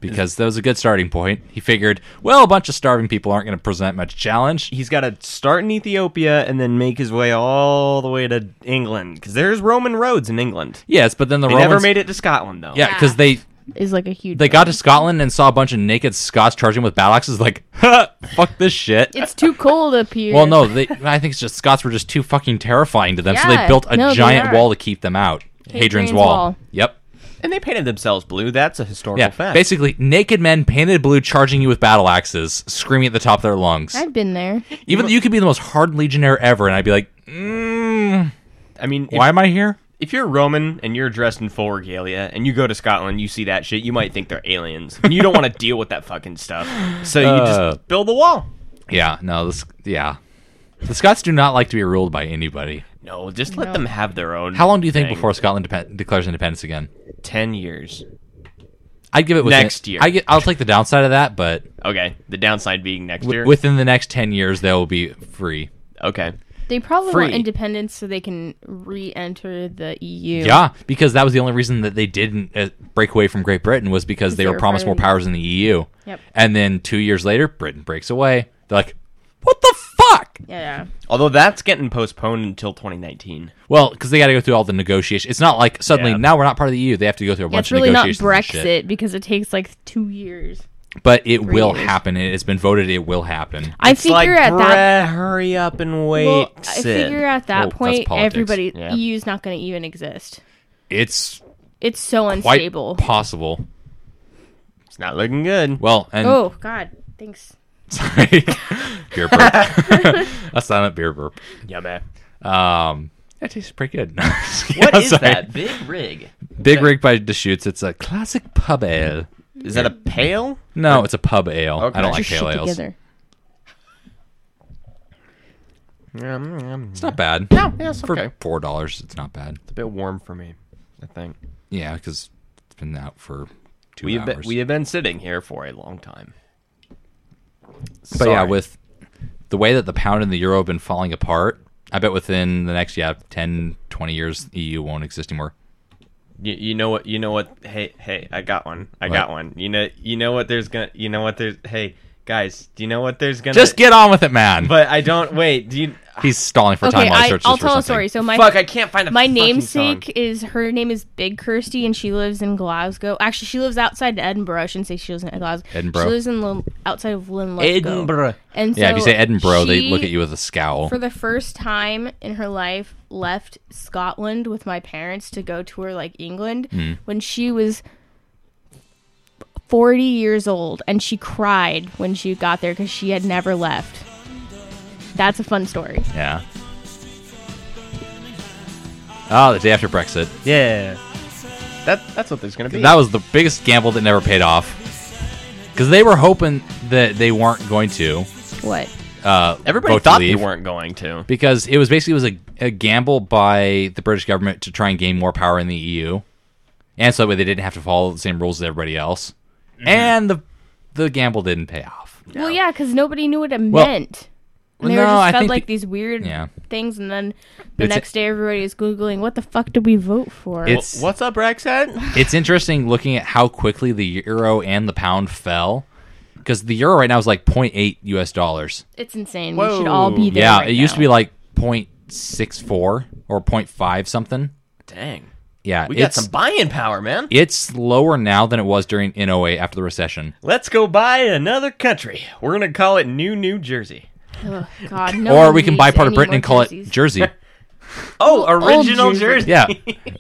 [SPEAKER 5] because that was a good starting point. He figured, well, a bunch of starving people aren't going to present much challenge.
[SPEAKER 4] He's got to start in Ethiopia and then make his way all the way to England because there's Roman roads in England.
[SPEAKER 5] Yes, but then the
[SPEAKER 4] They
[SPEAKER 5] Romans
[SPEAKER 4] never made it to Scotland though.
[SPEAKER 5] Yeah, because they
[SPEAKER 6] is like a huge.
[SPEAKER 5] they got to Scotland and saw a bunch of naked Scots charging with battle axes. Like, "Huh, fuck this shit.
[SPEAKER 6] It's too cold up here.
[SPEAKER 5] Well, no, they, I think it's just Scots were just too fucking terrifying to them, so they
[SPEAKER 6] Yeah,
[SPEAKER 5] built a
[SPEAKER 6] no, they
[SPEAKER 5] giant
[SPEAKER 6] are.
[SPEAKER 5] wall to keep them out. Hadrian's
[SPEAKER 6] Hadrian's
[SPEAKER 5] wall.
[SPEAKER 6] Wall.
[SPEAKER 5] Yep.
[SPEAKER 4] and they painted themselves blue. That's a historical
[SPEAKER 5] Yeah.
[SPEAKER 4] fact.
[SPEAKER 5] Basically, naked men painted blue charging you with battle axes, screaming at the top of their lungs.
[SPEAKER 6] I've been there.
[SPEAKER 5] Even you could be the most hard legionnaire ever, and I'd be like, mm,
[SPEAKER 4] I mean, if,
[SPEAKER 5] why am I here?
[SPEAKER 4] if you're Roman and you're dressed in full regalia and you go to Scotland, you see that shit, you might think they're aliens. and you don't want to deal with that fucking stuff, so you
[SPEAKER 5] Uh.
[SPEAKER 4] just build the wall.
[SPEAKER 5] Yeah. No. This. Yeah. The Scots do not like to be ruled by anybody.
[SPEAKER 4] No, just let
[SPEAKER 6] No.
[SPEAKER 4] them have their own.
[SPEAKER 5] How long do you think
[SPEAKER 4] thing.
[SPEAKER 5] before Scotland depe- declares independence again?
[SPEAKER 4] Ten years.
[SPEAKER 5] I'd give it within,
[SPEAKER 4] Next year.
[SPEAKER 5] I get, I'll take the downside of that, but
[SPEAKER 4] Okay. The downside being next
[SPEAKER 5] w-
[SPEAKER 4] year.
[SPEAKER 5] within the next ten years, they will be free.
[SPEAKER 4] okay.
[SPEAKER 6] They probably
[SPEAKER 4] Free.
[SPEAKER 6] want independence so they can re-enter the E EU.
[SPEAKER 5] Yeah, because that was the only reason that they didn't uh, break away from Great Britain was because they
[SPEAKER 6] they
[SPEAKER 5] were
[SPEAKER 6] were
[SPEAKER 5] promised more
[SPEAKER 6] fighting.
[SPEAKER 5] powers in the EU.
[SPEAKER 6] Yep.
[SPEAKER 5] And then two years later, Britain breaks away. They're like, "What the fuck?"
[SPEAKER 6] Yeah.
[SPEAKER 4] Although that's getting postponed until 2019.
[SPEAKER 5] Well, because they got to go through all the negotiations. It's not like suddenly
[SPEAKER 4] Yeah.
[SPEAKER 5] now we're not part of the EU. They have to go through a
[SPEAKER 6] yeah
[SPEAKER 5] bunch
[SPEAKER 6] it's really
[SPEAKER 5] of
[SPEAKER 6] not
[SPEAKER 5] negotiations. and shit.
[SPEAKER 6] Brexit because it takes like two years.
[SPEAKER 5] but it will
[SPEAKER 6] years.
[SPEAKER 5] happen. It has been voted. It will happen.
[SPEAKER 6] I
[SPEAKER 4] It's
[SPEAKER 6] figure
[SPEAKER 4] like,
[SPEAKER 6] at
[SPEAKER 4] bruh,
[SPEAKER 6] that
[SPEAKER 4] hurry up and wait.
[SPEAKER 6] Well, I
[SPEAKER 4] Sid.
[SPEAKER 6] figure at
[SPEAKER 5] Well,
[SPEAKER 6] that
[SPEAKER 5] that's
[SPEAKER 6] point,
[SPEAKER 5] politics.
[SPEAKER 6] everybody
[SPEAKER 4] Oh, Yeah.
[SPEAKER 6] EU's not going to even exist.
[SPEAKER 5] It's
[SPEAKER 6] It's so
[SPEAKER 5] quite
[SPEAKER 6] unstable.
[SPEAKER 5] possible.
[SPEAKER 4] it's not looking good.
[SPEAKER 5] Well, and
[SPEAKER 6] oh God, thanks.
[SPEAKER 5] sorry, beer burp. A silent beer burp.
[SPEAKER 4] Yeah, man.
[SPEAKER 5] Um, that tastes pretty good.
[SPEAKER 4] What
[SPEAKER 5] I'm
[SPEAKER 4] is
[SPEAKER 5] sorry.
[SPEAKER 4] that? Big rig.
[SPEAKER 5] Big Rig by Deschutes. It's a classic pub ale.
[SPEAKER 4] Is that a pail?
[SPEAKER 5] No, it's a pub ale.
[SPEAKER 4] Okay.
[SPEAKER 5] I don't
[SPEAKER 4] Get
[SPEAKER 5] like
[SPEAKER 6] Just
[SPEAKER 5] pale
[SPEAKER 6] shit
[SPEAKER 5] ales.
[SPEAKER 6] together.
[SPEAKER 4] It's mm,
[SPEAKER 5] It's not bad.
[SPEAKER 4] No, yeah, it's
[SPEAKER 5] for
[SPEAKER 4] okay.
[SPEAKER 5] four dollars, it's not bad.
[SPEAKER 4] a bit warm for me. I think
[SPEAKER 5] Yeah, because it's been out for two
[SPEAKER 4] we have
[SPEAKER 5] hours.
[SPEAKER 4] been, we have been sitting here for a long time.
[SPEAKER 5] but yeah, with the way that the pound and the euro have been falling apart, I bet within the next yeah 10, 20 years, EU won't exist anymore.
[SPEAKER 4] you, you know what you know what hey hey I got one I
[SPEAKER 5] What?
[SPEAKER 4] got one you know you know what there's gonna you know what there's hey guys do you know what there's gonna
[SPEAKER 5] Just get on with it, man.
[SPEAKER 4] but I don't wait do you
[SPEAKER 5] He's stalling for
[SPEAKER 6] Okay,
[SPEAKER 5] time while he
[SPEAKER 6] I,
[SPEAKER 5] searches
[SPEAKER 6] I'll
[SPEAKER 5] for
[SPEAKER 6] tell a
[SPEAKER 5] something.
[SPEAKER 6] story. So my
[SPEAKER 4] fuck I can't find a
[SPEAKER 6] my
[SPEAKER 4] fucking
[SPEAKER 6] namesake
[SPEAKER 4] song.
[SPEAKER 6] is her name is Big Kirsty, and she lives in Glasgow. Actually, she lives outside Edinburgh. I shouldn't say she lives in Glasgow.
[SPEAKER 5] Edinburgh.
[SPEAKER 6] She lives in Lin- outside of Linlithgow.
[SPEAKER 4] Edinburgh
[SPEAKER 6] And so
[SPEAKER 5] yeah, if you say Edinburgh, they look
[SPEAKER 6] she-
[SPEAKER 5] at you with a scowl.
[SPEAKER 6] for the first time in her life left Scotland with my parents to go tour like England
[SPEAKER 5] Hmm.
[SPEAKER 6] when she was 40 years old and she cried when she got there cuz she had never left. That's a fun story.
[SPEAKER 5] yeah. Oh, the day after Brexit.
[SPEAKER 4] yeah that that's what there's gonna be
[SPEAKER 5] That was the biggest gamble that never paid off. Because they were hoping that they weren't going to.
[SPEAKER 6] What?
[SPEAKER 5] Uh,
[SPEAKER 4] everybody
[SPEAKER 5] vote to
[SPEAKER 4] thought they
[SPEAKER 5] leave.
[SPEAKER 4] weren't going to
[SPEAKER 5] Because it was basically it was a, a gamble by the British government to try and gain more power in the EU, and so that way they didn't have to follow the same rules as everybody else.
[SPEAKER 4] Mm-hmm.
[SPEAKER 5] And the the gamble didn't pay off.
[SPEAKER 6] Well, yeah, cuz nobody knew what it
[SPEAKER 5] Well,
[SPEAKER 6] meant.
[SPEAKER 5] well,
[SPEAKER 6] And they were
[SPEAKER 5] no,
[SPEAKER 6] just
[SPEAKER 5] I
[SPEAKER 6] fed
[SPEAKER 5] think
[SPEAKER 6] like
[SPEAKER 5] the-
[SPEAKER 6] these weird
[SPEAKER 5] yeah.
[SPEAKER 6] things and then the
[SPEAKER 5] It's-
[SPEAKER 6] next day everybody is googling what the fuck did we vote for?
[SPEAKER 5] It's-
[SPEAKER 4] what's up Brexit
[SPEAKER 5] It's interesting looking at how quickly the euro and the pound fell. Because the euro right now is like 0.8 US dollars.
[SPEAKER 6] It's insane. We
[SPEAKER 4] Whoa.
[SPEAKER 6] should all be there.
[SPEAKER 5] Yeah,
[SPEAKER 6] right
[SPEAKER 5] it
[SPEAKER 6] now.
[SPEAKER 5] used to be like 0.64 or 0.5 something.
[SPEAKER 4] Dang.
[SPEAKER 5] Yeah,
[SPEAKER 4] We got
[SPEAKER 5] it's-
[SPEAKER 4] some buying power, man.
[SPEAKER 5] It's lower now than it was during in 08 after the recession.
[SPEAKER 4] Let's go buy another country. We're going to call it New New Jersey.
[SPEAKER 6] Ugh, God, no
[SPEAKER 5] or
[SPEAKER 6] one
[SPEAKER 5] we can
[SPEAKER 6] needs
[SPEAKER 5] buy part of
[SPEAKER 6] any
[SPEAKER 5] Britain
[SPEAKER 6] more
[SPEAKER 5] and call
[SPEAKER 6] jerseys.
[SPEAKER 5] it Jersey.
[SPEAKER 4] Oh,
[SPEAKER 6] Old
[SPEAKER 4] original
[SPEAKER 6] Jersey.
[SPEAKER 4] Jersey.
[SPEAKER 5] Yeah.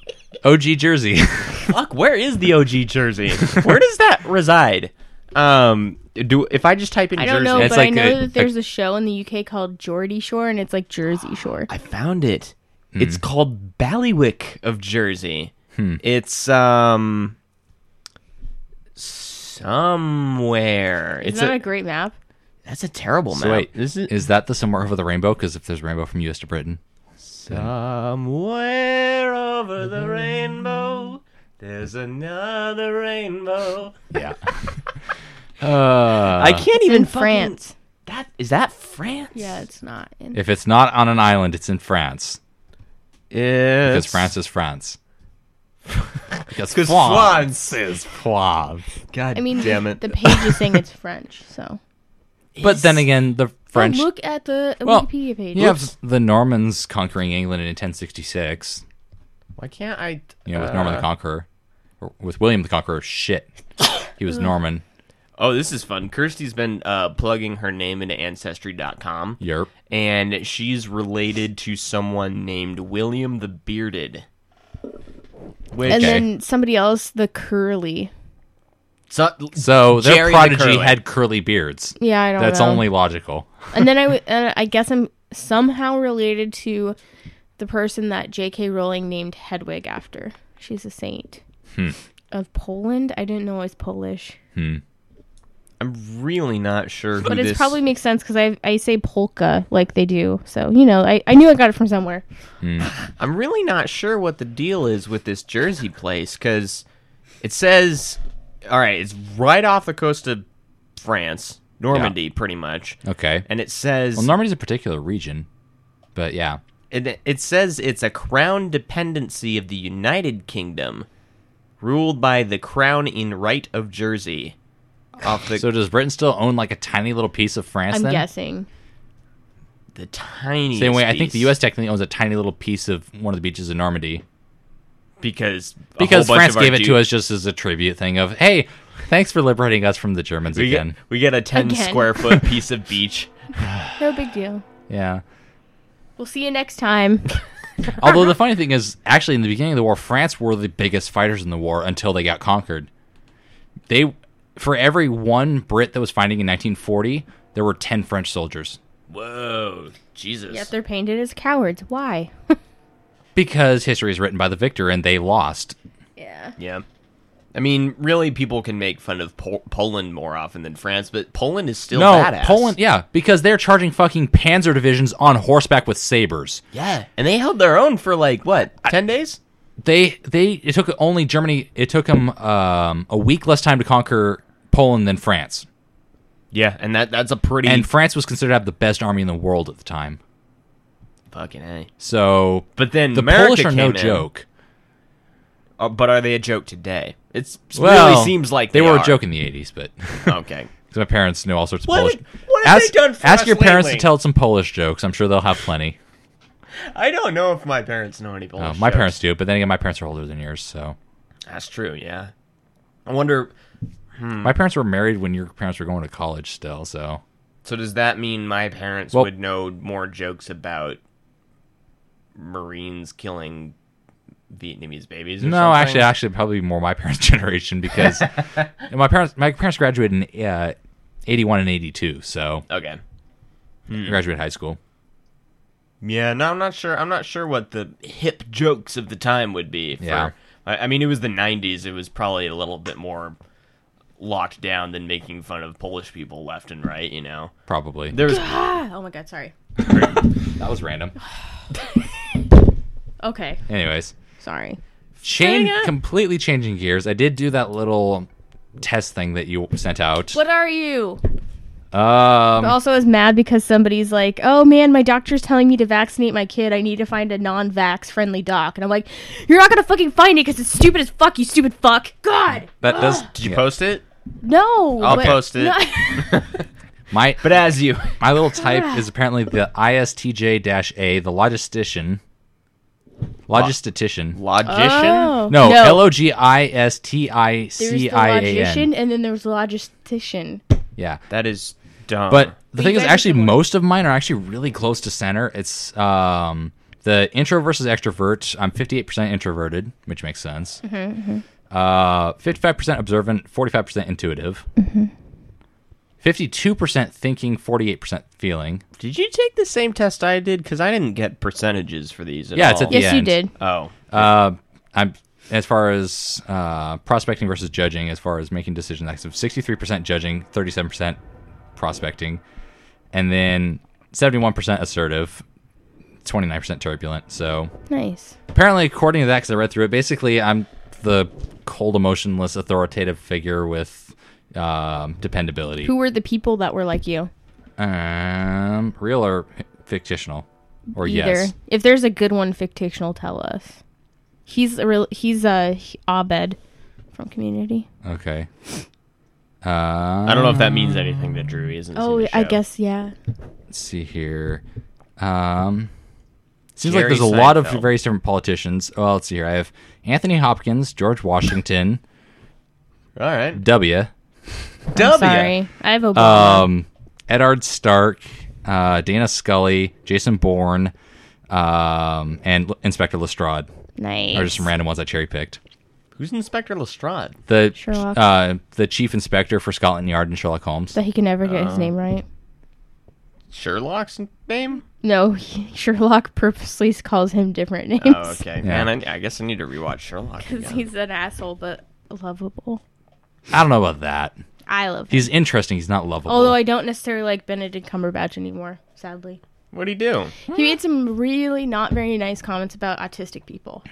[SPEAKER 5] OG Jersey.
[SPEAKER 4] Fuck, where is the OG Jersey? Where does that reside? Um, do if I just type in
[SPEAKER 6] I don't
[SPEAKER 4] Jersey,
[SPEAKER 6] know,
[SPEAKER 5] That's
[SPEAKER 6] but I
[SPEAKER 5] like
[SPEAKER 6] know
[SPEAKER 5] a-
[SPEAKER 6] that there's a show in the UK called Geordie Shore, and it's like Jersey Shore.
[SPEAKER 4] I found it.
[SPEAKER 5] Hmm.
[SPEAKER 4] It's called Ballywick of Jersey. It's um somewhere.
[SPEAKER 6] Isn't
[SPEAKER 4] it's
[SPEAKER 6] that
[SPEAKER 4] a,
[SPEAKER 6] a great map?
[SPEAKER 4] that's a terrible
[SPEAKER 5] so
[SPEAKER 4] map.
[SPEAKER 5] wait,
[SPEAKER 4] This is,
[SPEAKER 5] is that the somewhere over the rainbow? Because if there's rainbow from U.S. to Britain,
[SPEAKER 4] somewhere over
[SPEAKER 5] Hmm.
[SPEAKER 4] the rainbow. There's another rainbow.
[SPEAKER 5] yeah. uh,
[SPEAKER 4] I can't
[SPEAKER 6] It's
[SPEAKER 4] even
[SPEAKER 6] in
[SPEAKER 4] fucking-
[SPEAKER 6] France.
[SPEAKER 4] That is that France?
[SPEAKER 6] Yeah, it's not. In,
[SPEAKER 5] if it's not on an island, it's in France
[SPEAKER 4] Yeah.
[SPEAKER 5] because France is France. because
[SPEAKER 4] Because
[SPEAKER 5] France.
[SPEAKER 4] France is France. God
[SPEAKER 6] I mean,
[SPEAKER 4] damn it.
[SPEAKER 6] the page is saying it's French, so.
[SPEAKER 5] But then again, the French.
[SPEAKER 6] Oh, look at the
[SPEAKER 5] Well,
[SPEAKER 6] Wikipedia page.
[SPEAKER 5] you have the Normans conquering England in 1066.
[SPEAKER 4] Why can't I?
[SPEAKER 5] You know, with Norman the Conqueror, or with William the Conqueror. Shit, he was Norman.
[SPEAKER 4] Oh, this is fun. Kirsty's been uh, plugging her name into Ancestry.com.
[SPEAKER 5] Yerp.
[SPEAKER 4] And she's related to someone named William the Bearded. Which,
[SPEAKER 6] And
[SPEAKER 5] Okay.
[SPEAKER 6] then somebody else, the curly.
[SPEAKER 4] so,
[SPEAKER 5] So their
[SPEAKER 4] Jerry the
[SPEAKER 5] prodigy
[SPEAKER 4] Curly.
[SPEAKER 5] had curly beards.
[SPEAKER 6] Yeah, I don't
[SPEAKER 5] That's
[SPEAKER 6] know.
[SPEAKER 5] only logical.
[SPEAKER 6] and then I, w- uh, I guess I'm somehow related to the person that J.K. Rowling named Hedwig after. She's a saint
[SPEAKER 5] Hmm.
[SPEAKER 6] of Poland. I didn't know it was Polish,
[SPEAKER 4] I'm really not sure who
[SPEAKER 6] but
[SPEAKER 4] this.
[SPEAKER 6] it probably makes sense because I I say polka like they do. So you know, I, I knew I got it from somewhere.
[SPEAKER 4] I'm really not sure what the deal is with this Jersey place because it says, all right, it's right off the coast of France, Normandy, pretty much,
[SPEAKER 5] Okay.
[SPEAKER 4] and it says
[SPEAKER 5] Well, Normandy's a particular region, but yeah.
[SPEAKER 4] It, it says it's a crown dependency of the United Kingdom, ruled by the crown in right of Jersey. Off the,
[SPEAKER 5] So does Britain still own like a tiny little piece of France?
[SPEAKER 6] I'm
[SPEAKER 5] then?
[SPEAKER 6] guessing.
[SPEAKER 4] the tiny
[SPEAKER 5] Same way, I think the U.S. technically owns a tiny little piece of one of the beaches in Normandy
[SPEAKER 4] because a
[SPEAKER 5] because
[SPEAKER 4] whole bunch
[SPEAKER 5] France
[SPEAKER 4] of our
[SPEAKER 5] gave it to
[SPEAKER 4] dudes-
[SPEAKER 5] us just as a tribute thing of hey, thanks for liberating us from the Germans
[SPEAKER 4] We get,
[SPEAKER 5] again.
[SPEAKER 4] we get a ten
[SPEAKER 6] Again.
[SPEAKER 4] square foot piece of beach.
[SPEAKER 6] No big deal.
[SPEAKER 5] Yeah.
[SPEAKER 6] We'll see you next time.
[SPEAKER 5] Although the funny thing is, actually, in the beginning of the war, France were the biggest fighters in the war until they got conquered. They, for every one Brit that was fighting in 1940, there were 10 French soldiers
[SPEAKER 4] Whoa, Jesus!
[SPEAKER 6] Yet they're painted as cowards. Why?
[SPEAKER 5] because history is written by the victor and they lost.
[SPEAKER 6] yeah.
[SPEAKER 4] yeah, I mean, really, people can make fun of Pol- Poland more often than France, but Poland is still
[SPEAKER 5] no,
[SPEAKER 4] badass.
[SPEAKER 5] Poland, yeah, because they're charging fucking panzer divisions on horseback with sabers.
[SPEAKER 4] yeah, and they held their own for like what ten days?
[SPEAKER 5] They, they, it took only Germany, it took them um, a week less time to conquer Poland than France.
[SPEAKER 4] Yeah, and that that's a pretty
[SPEAKER 5] And France was considered to have the best army in the world at the time.
[SPEAKER 4] fucking a.
[SPEAKER 5] So,
[SPEAKER 4] But then
[SPEAKER 5] the
[SPEAKER 4] America
[SPEAKER 5] Polish are no
[SPEAKER 4] came in.
[SPEAKER 5] joke.
[SPEAKER 4] Uh, but are they a joke today? It's it really seems like
[SPEAKER 5] they,
[SPEAKER 4] they,
[SPEAKER 5] were
[SPEAKER 4] are.
[SPEAKER 5] a joke in the '80s, but because
[SPEAKER 4] Okay.
[SPEAKER 5] my parents know all sorts of
[SPEAKER 4] What
[SPEAKER 5] Polish.
[SPEAKER 4] did- what have they
[SPEAKER 5] ask,
[SPEAKER 4] done for
[SPEAKER 5] ask
[SPEAKER 4] us
[SPEAKER 5] your parents to
[SPEAKER 4] lately?
[SPEAKER 5] tell some Polish jokes. I'm sure they'll have plenty.
[SPEAKER 4] I don't know if my parents know any
[SPEAKER 5] Uh,
[SPEAKER 4] Polish.
[SPEAKER 5] my
[SPEAKER 4] jokes.
[SPEAKER 5] parents do, but then again, my parents are older than yours, so
[SPEAKER 4] That's true. Yeah. I wonder. Mm.
[SPEAKER 5] my parents were married when your parents were going to college still. So
[SPEAKER 4] So does that mean my parents
[SPEAKER 5] Well-
[SPEAKER 4] would know more jokes about Marines killing Vietnamese babies? Or
[SPEAKER 5] no,
[SPEAKER 4] something?
[SPEAKER 5] actually, actually, probably more my parents' generation because my parents my parents graduated in uh, '81 and '82, so
[SPEAKER 4] Okay. Hmm.
[SPEAKER 5] graduated high school.
[SPEAKER 4] Yeah. No, I'm not sure. I'm not sure what the hip jokes of the time would be. For,
[SPEAKER 5] Yeah.
[SPEAKER 4] I, I mean, it was the '90s. It was probably a little bit more locked down than making fun of Polish people left and right. You know.
[SPEAKER 5] Probably
[SPEAKER 4] There was
[SPEAKER 6] Ah, oh my God. Sorry.
[SPEAKER 5] that was random.
[SPEAKER 6] Okay.
[SPEAKER 5] Anyways,
[SPEAKER 6] Sorry.
[SPEAKER 5] change
[SPEAKER 4] Sega.
[SPEAKER 5] completely changing gears. I did do that little test thing that you sent out.
[SPEAKER 6] What are you?
[SPEAKER 5] Um,
[SPEAKER 6] also is mad because somebody's like, "Oh man, my doctor's telling me to vaccinate my kid. I need to find a non-vax friendly doc." And I'm like, "You're not gonna fucking find it because it's stupid as fuck. You stupid fuck. God,
[SPEAKER 5] that does.
[SPEAKER 4] Did you post it?
[SPEAKER 6] no."
[SPEAKER 4] I'll
[SPEAKER 6] but-
[SPEAKER 4] post it.
[SPEAKER 6] No-
[SPEAKER 5] my
[SPEAKER 4] But as you,
[SPEAKER 5] my little type is apparently the ISTJ-A, the logistician. Logistician.
[SPEAKER 4] Logician?
[SPEAKER 6] Oh.
[SPEAKER 5] No, L O G I S T I C I A
[SPEAKER 6] There's the logician
[SPEAKER 5] N.
[SPEAKER 6] and then there was the logistician.
[SPEAKER 5] Yeah.
[SPEAKER 4] That is dumb.
[SPEAKER 5] But the thing is,
[SPEAKER 6] guys are
[SPEAKER 5] actually,
[SPEAKER 6] similar.
[SPEAKER 5] most of mine are actually really close to center. It's um, the intro versus extrovert. I'm 58% introverted, which makes sense. Uh, 55% observant, 45% intuitive. 52% thinking, 48% feeling.
[SPEAKER 4] did you take the same test I did? Because I didn't get percentages for these at
[SPEAKER 5] Yeah, it's
[SPEAKER 4] all.
[SPEAKER 5] at the
[SPEAKER 6] Yes, you
[SPEAKER 5] end.
[SPEAKER 6] did.
[SPEAKER 4] Oh.
[SPEAKER 5] Uh, I'm as far as uh, prospecting versus judging, as far as making decisions, I have 63% judging, 37% prospecting, and then 71% assertive, 29% turbulent. So
[SPEAKER 6] Nice.
[SPEAKER 5] apparently, according to that, because I read through it, basically I'm the cold, emotionless, authoritative figure with um, dependability.
[SPEAKER 6] Who were the people that were like you?
[SPEAKER 5] um, real or fictional? Or yes.
[SPEAKER 6] If there's a good one fictional, tell us. He's a real he's a he- Abed from community.
[SPEAKER 5] Okay. Uh,
[SPEAKER 4] I don't know if that means anything to Drew. He hasn't
[SPEAKER 6] Um, Oh,
[SPEAKER 4] seen the
[SPEAKER 6] I
[SPEAKER 4] show.
[SPEAKER 6] guess yeah.
[SPEAKER 5] Oh, let's see here. Um, seems
[SPEAKER 4] Jerry
[SPEAKER 5] like there's a lot of
[SPEAKER 4] Seinfeld.
[SPEAKER 5] various different politicians. Well, let's see here. I have Anthony Hopkins, George Washington,
[SPEAKER 4] All right.
[SPEAKER 5] W,
[SPEAKER 4] W.
[SPEAKER 6] Sorry, I have Obama.
[SPEAKER 5] um, Edard Stark, uh, Dana Scully, Jason Bourne, um, and L- Inspector Lestrade
[SPEAKER 6] nice.
[SPEAKER 5] are just some random ones I cherry picked.
[SPEAKER 4] Who's Inspector Lestrade?
[SPEAKER 5] The
[SPEAKER 6] Sherlock.
[SPEAKER 5] uh, the chief inspector for Scotland Yard and Sherlock Holmes.
[SPEAKER 6] that he can never get
[SPEAKER 5] Uh.
[SPEAKER 6] his name right.
[SPEAKER 4] Sherlock's name?
[SPEAKER 6] No, he- Sherlock purposely calls him different names.
[SPEAKER 4] Oh, okay.
[SPEAKER 5] Yeah.
[SPEAKER 4] Man, I, I guess I need to rewatch Sherlock.
[SPEAKER 6] Because
[SPEAKER 4] Again.
[SPEAKER 6] he's an asshole, but lovable.
[SPEAKER 5] I don't know about that.
[SPEAKER 6] I love him.
[SPEAKER 5] He's interesting. He's not lovable.
[SPEAKER 6] Although I don't necessarily like Benedict Cumberbatch anymore, sadly.
[SPEAKER 4] What'd he do?
[SPEAKER 6] He made some really not very nice comments about autistic people.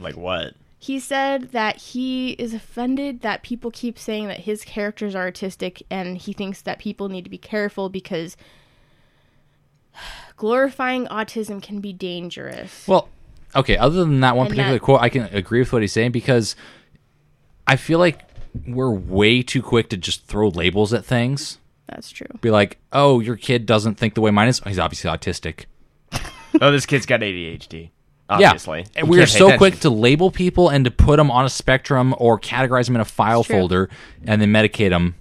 [SPEAKER 4] Like what?
[SPEAKER 6] He said that he is offended that people keep saying that his characters are autistic and he thinks that people need to be careful because glorifying autism can be dangerous.
[SPEAKER 5] Well, okay. Other than that one
[SPEAKER 6] And
[SPEAKER 5] particular
[SPEAKER 6] that-
[SPEAKER 5] quote, I can agree with what he's saying because I feel like we're way too quick to just throw labels at things.
[SPEAKER 6] That's true.
[SPEAKER 5] Be like, "Oh, your kid doesn't think the way mine is. He's obviously autistic."
[SPEAKER 4] Oh, this kid's got ADHD. Obviously.
[SPEAKER 5] Yeah, and we
[SPEAKER 4] Can't
[SPEAKER 5] are
[SPEAKER 4] pay
[SPEAKER 5] so
[SPEAKER 4] attention.
[SPEAKER 5] quick to label people and to put them on a spectrum or categorize them in a file
[SPEAKER 6] true.
[SPEAKER 5] folder and then medicate them.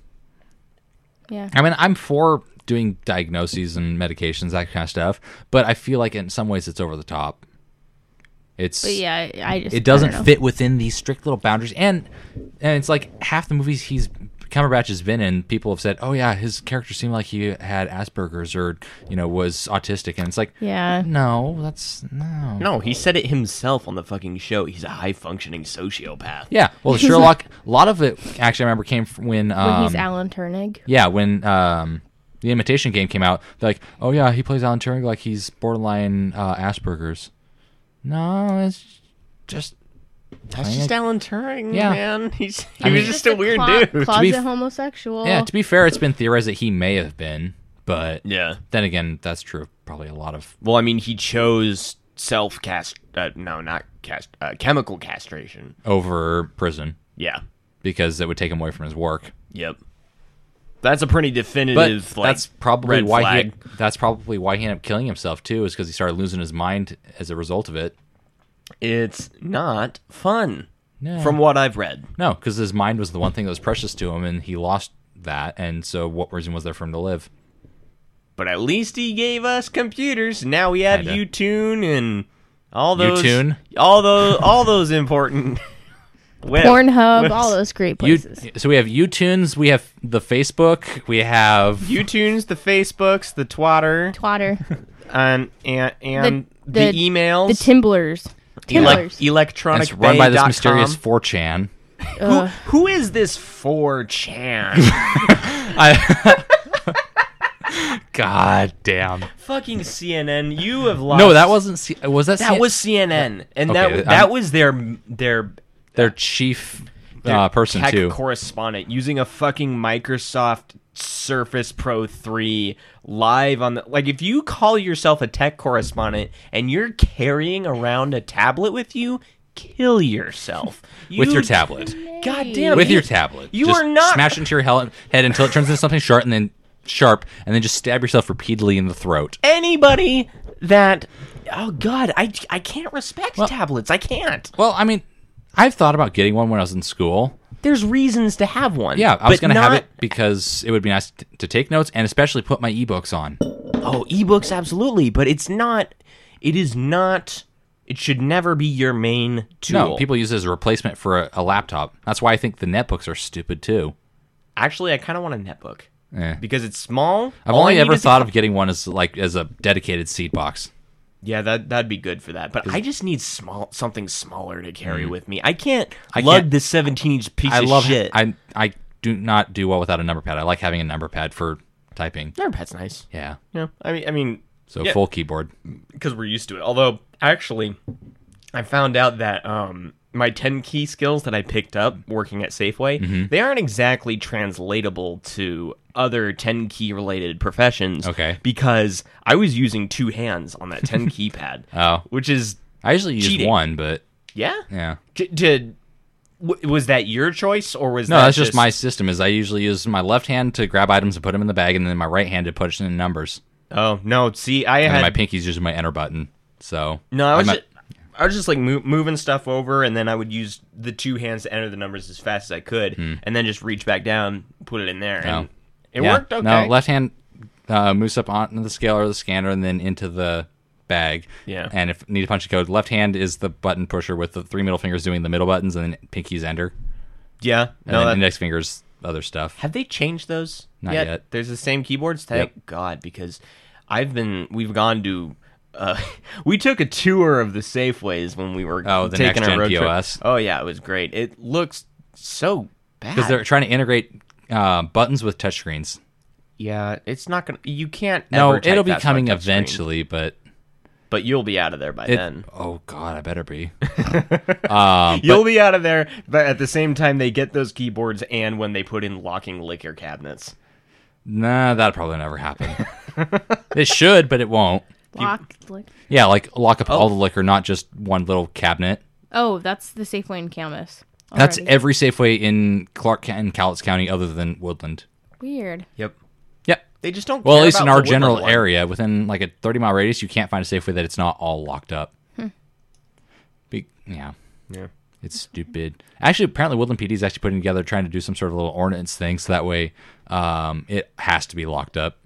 [SPEAKER 6] Yeah.
[SPEAKER 5] I mean, I'm for doing diagnoses and medications, that kind of stuff, but I feel like in some ways it's over the top. It's
[SPEAKER 6] But yeah, I- I just I
[SPEAKER 5] it
[SPEAKER 6] don't know.
[SPEAKER 5] doesn't fit within these strict little boundaries and and it's like half the movies he's Cumberbatch has been in people have said oh yeah his character seemed like he had Asperger's or you know was autistic and it's like
[SPEAKER 6] Yeah.
[SPEAKER 5] no that's no
[SPEAKER 4] No, he said it himself on the fucking show. He's a high functioning sociopath.
[SPEAKER 5] yeah well the Sherlock a lot of it actually I remember came from when um,
[SPEAKER 6] When he's Alan Turnig.
[SPEAKER 5] yeah when um the Imitation Game came out they're like oh yeah he plays Alan Turing like he's borderline uh, Asperger's no it's just
[SPEAKER 4] That's just Alan Turing,
[SPEAKER 5] Yeah.
[SPEAKER 4] man. He's he
[SPEAKER 5] mean-
[SPEAKER 4] was just a weird
[SPEAKER 6] clo-
[SPEAKER 4] dude.
[SPEAKER 6] Closet
[SPEAKER 5] be f-
[SPEAKER 6] homosexual.
[SPEAKER 5] yeah to be fair it's been theorized that he may have been but
[SPEAKER 4] yeah.
[SPEAKER 5] Then again, that's true of probably a lot of.
[SPEAKER 4] Well, I mean, he chose self cast. Uh, no, not cast. Uh, chemical castration.
[SPEAKER 5] Over prison
[SPEAKER 4] Yeah.
[SPEAKER 5] because it would take him away from his work.
[SPEAKER 4] Yep. That's a pretty
[SPEAKER 5] But
[SPEAKER 4] definitive. like,
[SPEAKER 5] that's probably
[SPEAKER 4] red
[SPEAKER 5] why
[SPEAKER 4] flag.
[SPEAKER 5] he. That's probably why he ended up killing himself too, is because he started losing his mind as a result of it.
[SPEAKER 4] it's not fun.
[SPEAKER 5] No.
[SPEAKER 4] From what I've read.
[SPEAKER 5] No, because his mind was the one thing that was precious to him, and he lost that. And so, what reason was there for him to live?
[SPEAKER 4] But at least he gave us computers. Now we have
[SPEAKER 5] Kinda.
[SPEAKER 4] Utune and all those
[SPEAKER 5] Utune?
[SPEAKER 4] all those all those important web-
[SPEAKER 6] Pornhub,
[SPEAKER 4] webs.
[SPEAKER 6] all those great
[SPEAKER 5] You,
[SPEAKER 6] places.
[SPEAKER 5] so we have YouTunes, we have the Facebook, we have
[SPEAKER 4] Utunes, the Facebooks, the Twatter,
[SPEAKER 6] Twatter.
[SPEAKER 4] and and, and the, emails,
[SPEAKER 6] The Timblers.
[SPEAKER 4] elec-
[SPEAKER 6] Timblers.
[SPEAKER 5] and
[SPEAKER 4] electronic
[SPEAKER 5] it's run by this
[SPEAKER 4] bay.com.
[SPEAKER 5] mysterious 4chan.
[SPEAKER 6] Ugh.
[SPEAKER 4] Who is this 4chan?
[SPEAKER 5] I, God damn.
[SPEAKER 4] Fucking CNN, you have lost.
[SPEAKER 5] No, that wasn't. C- Was that?
[SPEAKER 4] that
[SPEAKER 5] C-
[SPEAKER 4] was CNN, and
[SPEAKER 5] Okay,
[SPEAKER 4] that that
[SPEAKER 5] I'm-
[SPEAKER 4] was their their
[SPEAKER 5] their chief
[SPEAKER 4] their
[SPEAKER 5] uh, person
[SPEAKER 4] tech
[SPEAKER 5] too.
[SPEAKER 4] correspondent using a fucking Microsoft Surface Pro 3 live on the like if you call yourself a tech correspondent and you're carrying around a tablet with you, kill yourself
[SPEAKER 5] with
[SPEAKER 4] You-
[SPEAKER 5] your tablet.
[SPEAKER 4] God damn
[SPEAKER 5] With
[SPEAKER 4] you-
[SPEAKER 5] your tablet.
[SPEAKER 4] You
[SPEAKER 5] Just
[SPEAKER 4] are not
[SPEAKER 5] smash into your hel- head until it turns into something sharp and then sharp and then just stab yourself repeatedly in the throat.
[SPEAKER 4] anybody that oh god, I I can't respect
[SPEAKER 5] Well-
[SPEAKER 4] tablets. I can't.
[SPEAKER 5] Well, I mean, I've thought about getting one when I was in school.
[SPEAKER 4] There's reasons to have one.
[SPEAKER 5] Yeah, I was
[SPEAKER 4] but
[SPEAKER 5] going to have
[SPEAKER 4] not-
[SPEAKER 5] it because it would be nice t- to take notes and especially put my ebooks on.
[SPEAKER 4] Oh, ebooks absolutely, but it's not it is not it should never be your main tool.
[SPEAKER 5] No, people use it as a replacement for a, a laptop. That's why I think the netbooks are stupid too.
[SPEAKER 4] Actually, I kind of want a netbook
[SPEAKER 5] Eh.
[SPEAKER 4] because it's small.
[SPEAKER 5] I've
[SPEAKER 4] All I
[SPEAKER 5] only
[SPEAKER 4] need
[SPEAKER 5] ever
[SPEAKER 4] is a
[SPEAKER 5] thought of getting one as like as a dedicated seed box.
[SPEAKER 4] Yeah, that that'd be good for that. But I just need small something smaller to carry with me. I can't
[SPEAKER 5] Mm. I
[SPEAKER 4] lug
[SPEAKER 5] can't-
[SPEAKER 4] this seventeen inch piece
[SPEAKER 5] I
[SPEAKER 4] of
[SPEAKER 5] love
[SPEAKER 4] shit.
[SPEAKER 5] I I do not do well without a number pad. I like having a number pad for typing.
[SPEAKER 4] Never pet's nice.
[SPEAKER 5] Yeah.
[SPEAKER 4] Yeah, I mean, I mean,
[SPEAKER 5] So
[SPEAKER 4] Yeah.
[SPEAKER 5] full keyboard.
[SPEAKER 4] because we're used to it. Although, actually, I found out that um, my ten key skills that I picked up working at Safeway
[SPEAKER 5] Mm-hmm.
[SPEAKER 4] they aren't exactly translatable to other ten key related professions.
[SPEAKER 5] Okay.
[SPEAKER 4] because I was using two hands on that ten keypad.
[SPEAKER 5] Oh.
[SPEAKER 4] which is
[SPEAKER 5] I usually use
[SPEAKER 4] Cheating.
[SPEAKER 5] one, but
[SPEAKER 4] yeah,
[SPEAKER 5] yeah.
[SPEAKER 4] J- did w- was that your choice or was
[SPEAKER 5] No,
[SPEAKER 4] that
[SPEAKER 5] that's just, my system. Is I usually use my left hand to grab items and put them in the bag, and then my right hand to push in numbers.
[SPEAKER 4] oh no see i
[SPEAKER 5] And
[SPEAKER 4] had
[SPEAKER 5] then my pinky's using my enter button. So
[SPEAKER 4] no i was
[SPEAKER 5] I'm
[SPEAKER 4] just, i was just like mo- moving stuff over and then i would use the two hands to enter the numbers as fast as i could and then just reach back down put it in there and
[SPEAKER 5] Hmm. Oh.
[SPEAKER 4] it
[SPEAKER 5] yeah.
[SPEAKER 4] worked okay
[SPEAKER 5] No, left hand uh, moves up onto the scale or the scanner, and then into the bag.
[SPEAKER 4] Yeah.
[SPEAKER 5] And if need to punch a code, left hand is the button pusher with the three middle fingers doing the middle buttons, and then pinky's enter,
[SPEAKER 4] yeah
[SPEAKER 5] and
[SPEAKER 4] no
[SPEAKER 5] then
[SPEAKER 4] that-
[SPEAKER 5] index fingers other stuff.
[SPEAKER 4] have they changed those
[SPEAKER 5] Not yet.
[SPEAKER 4] there's the same keyboards thank god because i've been we've gone to uh, we took a tour of the Safeways when we were
[SPEAKER 5] Oh, the
[SPEAKER 4] taking our
[SPEAKER 5] next-gen
[SPEAKER 4] road
[SPEAKER 5] POS.
[SPEAKER 4] trip. Oh yeah, it was great. It looks so bad
[SPEAKER 5] Because they're trying to integrate uh, buttons with touchscreens.
[SPEAKER 4] Yeah, it's not gonna. You can't.
[SPEAKER 5] No,
[SPEAKER 4] ever type
[SPEAKER 5] it'll be
[SPEAKER 4] that
[SPEAKER 5] coming
[SPEAKER 4] stuff on screen,
[SPEAKER 5] eventually, but
[SPEAKER 4] but you'll be out of there by
[SPEAKER 5] it,
[SPEAKER 4] then.
[SPEAKER 5] oh god, I better be.
[SPEAKER 4] you'll be out of there, but at the same time, they get those keyboards, and when they put in locking liquor cabinets,
[SPEAKER 5] nah, that'll probably never happen. it should, but it won't.
[SPEAKER 6] Locked. Like,
[SPEAKER 5] Yeah, like lock up
[SPEAKER 4] Oh.
[SPEAKER 5] all the liquor, not just one little cabinet.
[SPEAKER 6] oh, that's the Safeway in Camas.
[SPEAKER 5] That's
[SPEAKER 6] already.
[SPEAKER 5] every Safeway in Clark Ca- and Cowlitz County, other than Woodland.
[SPEAKER 6] weird.
[SPEAKER 4] yep,
[SPEAKER 5] Yep.
[SPEAKER 4] they just don't.
[SPEAKER 5] Well, at
[SPEAKER 4] care
[SPEAKER 5] least in
[SPEAKER 4] about
[SPEAKER 5] our
[SPEAKER 4] the
[SPEAKER 5] general
[SPEAKER 4] Woodland one.
[SPEAKER 5] area, within like a thirty mile radius, you can't find a Safeway that it's not all locked up.
[SPEAKER 4] Hmm.
[SPEAKER 5] Be- yeah,
[SPEAKER 4] Yeah.
[SPEAKER 5] it's stupid. Actually, apparently Woodland PD is actually putting together trying to do some sort of little ordinance thing, so that way um, it has to be locked up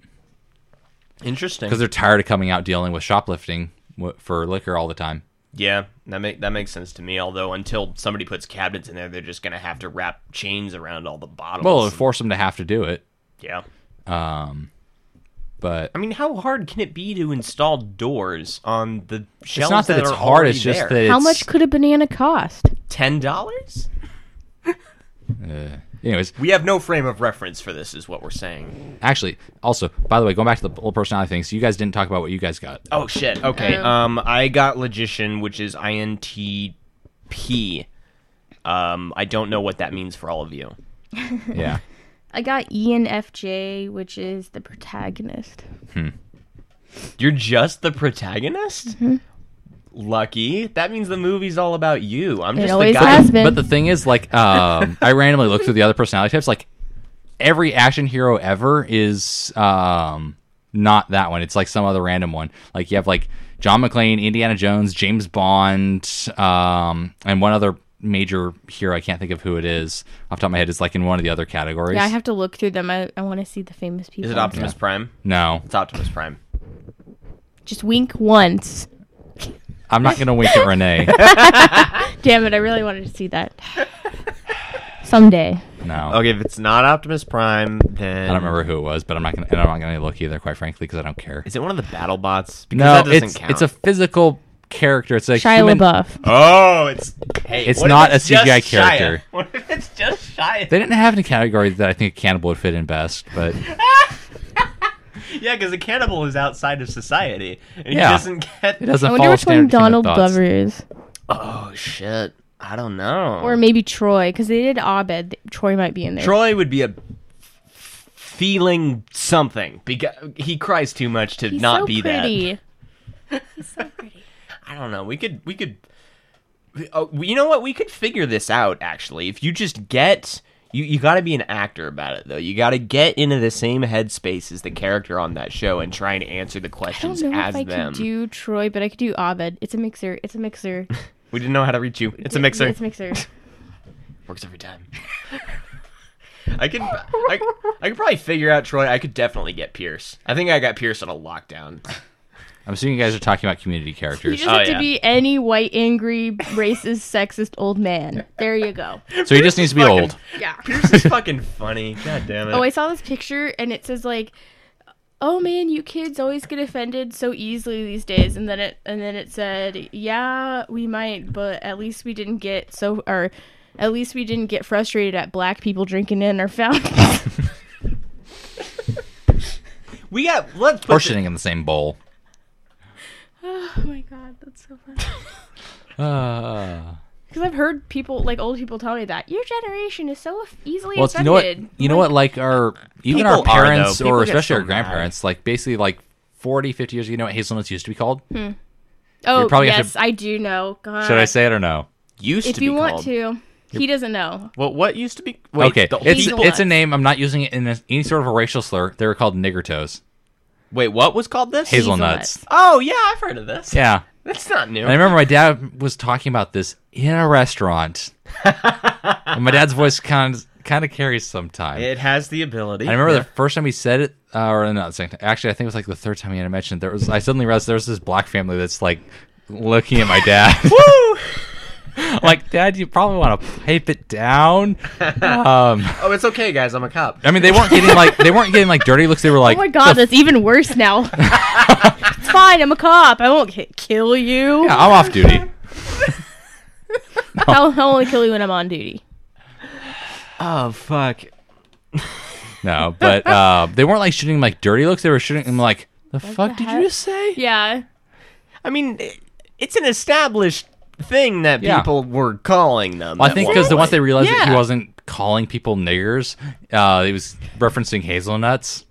[SPEAKER 4] Interesting.
[SPEAKER 5] because they're tired of coming out dealing with shoplifting w- for liquor all the time.
[SPEAKER 4] Yeah, that make that makes sense to me. Although until somebody puts cabinets in there, they're just gonna have to wrap chains around all the bottles.
[SPEAKER 5] Well, it would force them to have to do it,
[SPEAKER 4] yeah.
[SPEAKER 5] but
[SPEAKER 4] I mean, how hard can it be to install doors on the shelves?
[SPEAKER 5] it's not that, it's
[SPEAKER 4] are
[SPEAKER 5] hard.
[SPEAKER 4] already
[SPEAKER 5] It's just
[SPEAKER 4] there?
[SPEAKER 5] that
[SPEAKER 6] How
[SPEAKER 5] it's-
[SPEAKER 6] much could a banana cost?
[SPEAKER 4] ten dollars.
[SPEAKER 5] Anyways,
[SPEAKER 4] We have no frame of reference for this, is what we're saying.
[SPEAKER 5] actually, also, by the way, going back to the whole personality thing, so you guys didn't talk about what you guys got.
[SPEAKER 4] Oh shit. Okay. Um, I got logician, which is INTP. Um, I don't know what that means for all of you.
[SPEAKER 5] Yeah.
[SPEAKER 6] I got E ENFJ, which is the protagonist.
[SPEAKER 4] You're just the protagonist.
[SPEAKER 6] Mm-hmm.
[SPEAKER 4] Lucky. That means the movie's all about you. I'm just the
[SPEAKER 6] always
[SPEAKER 4] guy.
[SPEAKER 6] has been.
[SPEAKER 5] But the thing is, like, um, I randomly looked through the other personality types. Like, every action hero ever is um, not that one. It's like some other random one. Like, you have like John McClane, Indiana Jones, James Bond, um, and one other major hero. I can't think of who it is off the top of my head. Is like in one of the other categories.
[SPEAKER 6] Yeah, I have to look through them. I, I want to see the famous people.
[SPEAKER 4] Is it Optimus Prime?
[SPEAKER 5] no,
[SPEAKER 4] It's Optimus Prime.
[SPEAKER 6] Just wink once.
[SPEAKER 5] I'm not gonna wink at Renee.
[SPEAKER 6] Damn it, I really wanted to see that. Someday.
[SPEAKER 5] No.
[SPEAKER 4] Okay, if it's not Optimus Prime, then
[SPEAKER 5] I don't remember who it was, but I'm not gonna and I'm not gonna look either, quite frankly, because I don't care.
[SPEAKER 4] Is it one of the battle bots? Because
[SPEAKER 5] no,
[SPEAKER 4] that doesn't
[SPEAKER 5] it's
[SPEAKER 4] count.
[SPEAKER 5] it's a physical character. It's a
[SPEAKER 6] Shia
[SPEAKER 5] human.
[SPEAKER 6] LaBeouf.
[SPEAKER 4] Oh, it's hey.
[SPEAKER 5] It's
[SPEAKER 4] what if
[SPEAKER 5] not a
[SPEAKER 4] just
[SPEAKER 5] CGI
[SPEAKER 4] Shia?
[SPEAKER 5] character.
[SPEAKER 4] What if it's just Shia?
[SPEAKER 5] They didn't have any category that I think a cannibal would fit in best, but
[SPEAKER 4] Yeah, because a cannibal is outside of society. And
[SPEAKER 5] Yeah.
[SPEAKER 4] He doesn't get.
[SPEAKER 5] it doesn't.
[SPEAKER 6] I wonder
[SPEAKER 5] follow
[SPEAKER 6] which one
[SPEAKER 5] standard human
[SPEAKER 6] Donald
[SPEAKER 5] thoughts.
[SPEAKER 6] Glover is.
[SPEAKER 4] Oh shit! I don't know.
[SPEAKER 6] Or maybe Troy, because they did Abed. Troy might be in there.
[SPEAKER 4] Troy would be a f- feeling something because he cries too much to
[SPEAKER 6] He's
[SPEAKER 4] not
[SPEAKER 6] so
[SPEAKER 4] be that.
[SPEAKER 6] pretty.
[SPEAKER 4] I don't know. We could. We could. Oh, you know what? We could figure this out actually. If you just get You you got to be an actor about it though. You got to get into the same headspace as the character on that show and try and answer the
[SPEAKER 6] I don't
[SPEAKER 4] questions
[SPEAKER 6] know
[SPEAKER 4] as
[SPEAKER 6] if I
[SPEAKER 4] them.
[SPEAKER 6] could do Troy, but I could do Ovid. It's a mixer. It's a mixer.
[SPEAKER 4] we didn't know how to reach you. It's a mixer.
[SPEAKER 6] It's a mixer.
[SPEAKER 4] Works every time. I could I, I could probably figure out Troy. I could definitely get Pierce. I think I got Pierce on a lockdown.
[SPEAKER 5] I'm assuming you guys are talking about community
[SPEAKER 6] You
[SPEAKER 5] characters.
[SPEAKER 6] just
[SPEAKER 4] Oh,
[SPEAKER 6] have
[SPEAKER 4] yeah.
[SPEAKER 6] to be any white, angry, racist, sexist old man. There you go.
[SPEAKER 5] so he just needs to be
[SPEAKER 4] Fucking-
[SPEAKER 5] old.
[SPEAKER 6] Yeah.
[SPEAKER 4] Pierce is fucking funny. God damn it.
[SPEAKER 6] Oh, I saw this picture and it says like, "Oh man, you kids always get offended so easily these days." And then it and then it said, "Yeah, we might, but at least we didn't get so or at least we didn't get frustrated at black people drinking in our fountains."
[SPEAKER 4] we got let's put
[SPEAKER 5] Or
[SPEAKER 4] the-
[SPEAKER 5] shitting in the same bowl.
[SPEAKER 6] oh my god, that's so funny.
[SPEAKER 5] Uh,
[SPEAKER 6] Because I've heard people like old people tell me that your generation is so f- easily
[SPEAKER 5] well, it's- you
[SPEAKER 6] offended.
[SPEAKER 5] know what? You know what? Like our even
[SPEAKER 4] People
[SPEAKER 5] our
[SPEAKER 4] are, though.
[SPEAKER 5] parents
[SPEAKER 4] People
[SPEAKER 5] or
[SPEAKER 4] get
[SPEAKER 5] especially
[SPEAKER 4] so
[SPEAKER 5] our grandparents, like basically like 40, 50 years ago, you know what hazelnuts used to be called?
[SPEAKER 4] Hmm.
[SPEAKER 6] Oh
[SPEAKER 5] you probably have
[SPEAKER 6] yes,
[SPEAKER 5] to-
[SPEAKER 6] I do know. God.
[SPEAKER 5] Should I say it or no?
[SPEAKER 4] used
[SPEAKER 6] If
[SPEAKER 4] to be
[SPEAKER 6] you want
[SPEAKER 4] called.
[SPEAKER 6] to, he doesn't know.
[SPEAKER 4] Well, what used to be? Wait,
[SPEAKER 5] okay,
[SPEAKER 4] the
[SPEAKER 5] it's
[SPEAKER 6] people-
[SPEAKER 5] it's a name. I'm not using it in a- any sort of a racial slur. They were called nigger toes,
[SPEAKER 4] Wait, what was called this?
[SPEAKER 5] hazelnuts.
[SPEAKER 6] Hazelnuts.
[SPEAKER 4] Oh yeah, I've heard of this.
[SPEAKER 5] Yeah,
[SPEAKER 4] that's not new.
[SPEAKER 5] and I remember my dad was talking about this in a restaurant. and my dad's voice kind of, kind of carries sometimes.
[SPEAKER 4] It has the ability.
[SPEAKER 5] I remember the first time he said it, uh, or not the second. time- Actually, I think it was like the third time he had mentioned. it, There was I suddenly realized there was this black family that's like looking at my dad.
[SPEAKER 4] Woo!
[SPEAKER 5] I'm like, Dad, you probably want to pipe it down. Um,
[SPEAKER 4] Oh, it's okay, guys. I'm a cop.
[SPEAKER 5] I mean, they weren't getting like they weren't getting like dirty looks. They were like,
[SPEAKER 6] Oh my god, that's even worse now. it's fine. I'm a cop. I won't ki- kill you.
[SPEAKER 5] yeah, I'm off duty.
[SPEAKER 6] I'll, I'll only kill you when I'm on duty.
[SPEAKER 4] Oh fuck.
[SPEAKER 5] No, but uh, they weren't like shooting him, like dirty looks. They were shooting him like, the fuck
[SPEAKER 6] the
[SPEAKER 5] did
[SPEAKER 6] heck?"
[SPEAKER 5] you just say?
[SPEAKER 6] Yeah.
[SPEAKER 4] I mean, it- it's an established thing that
[SPEAKER 5] Yeah.
[SPEAKER 4] people were calling them.
[SPEAKER 5] Well, I
[SPEAKER 4] at
[SPEAKER 5] think
[SPEAKER 4] one
[SPEAKER 5] because the once
[SPEAKER 4] point.
[SPEAKER 5] they realized that he
[SPEAKER 6] Yeah.
[SPEAKER 5] wasn't calling people niggers, uh, he was referencing hazelnuts.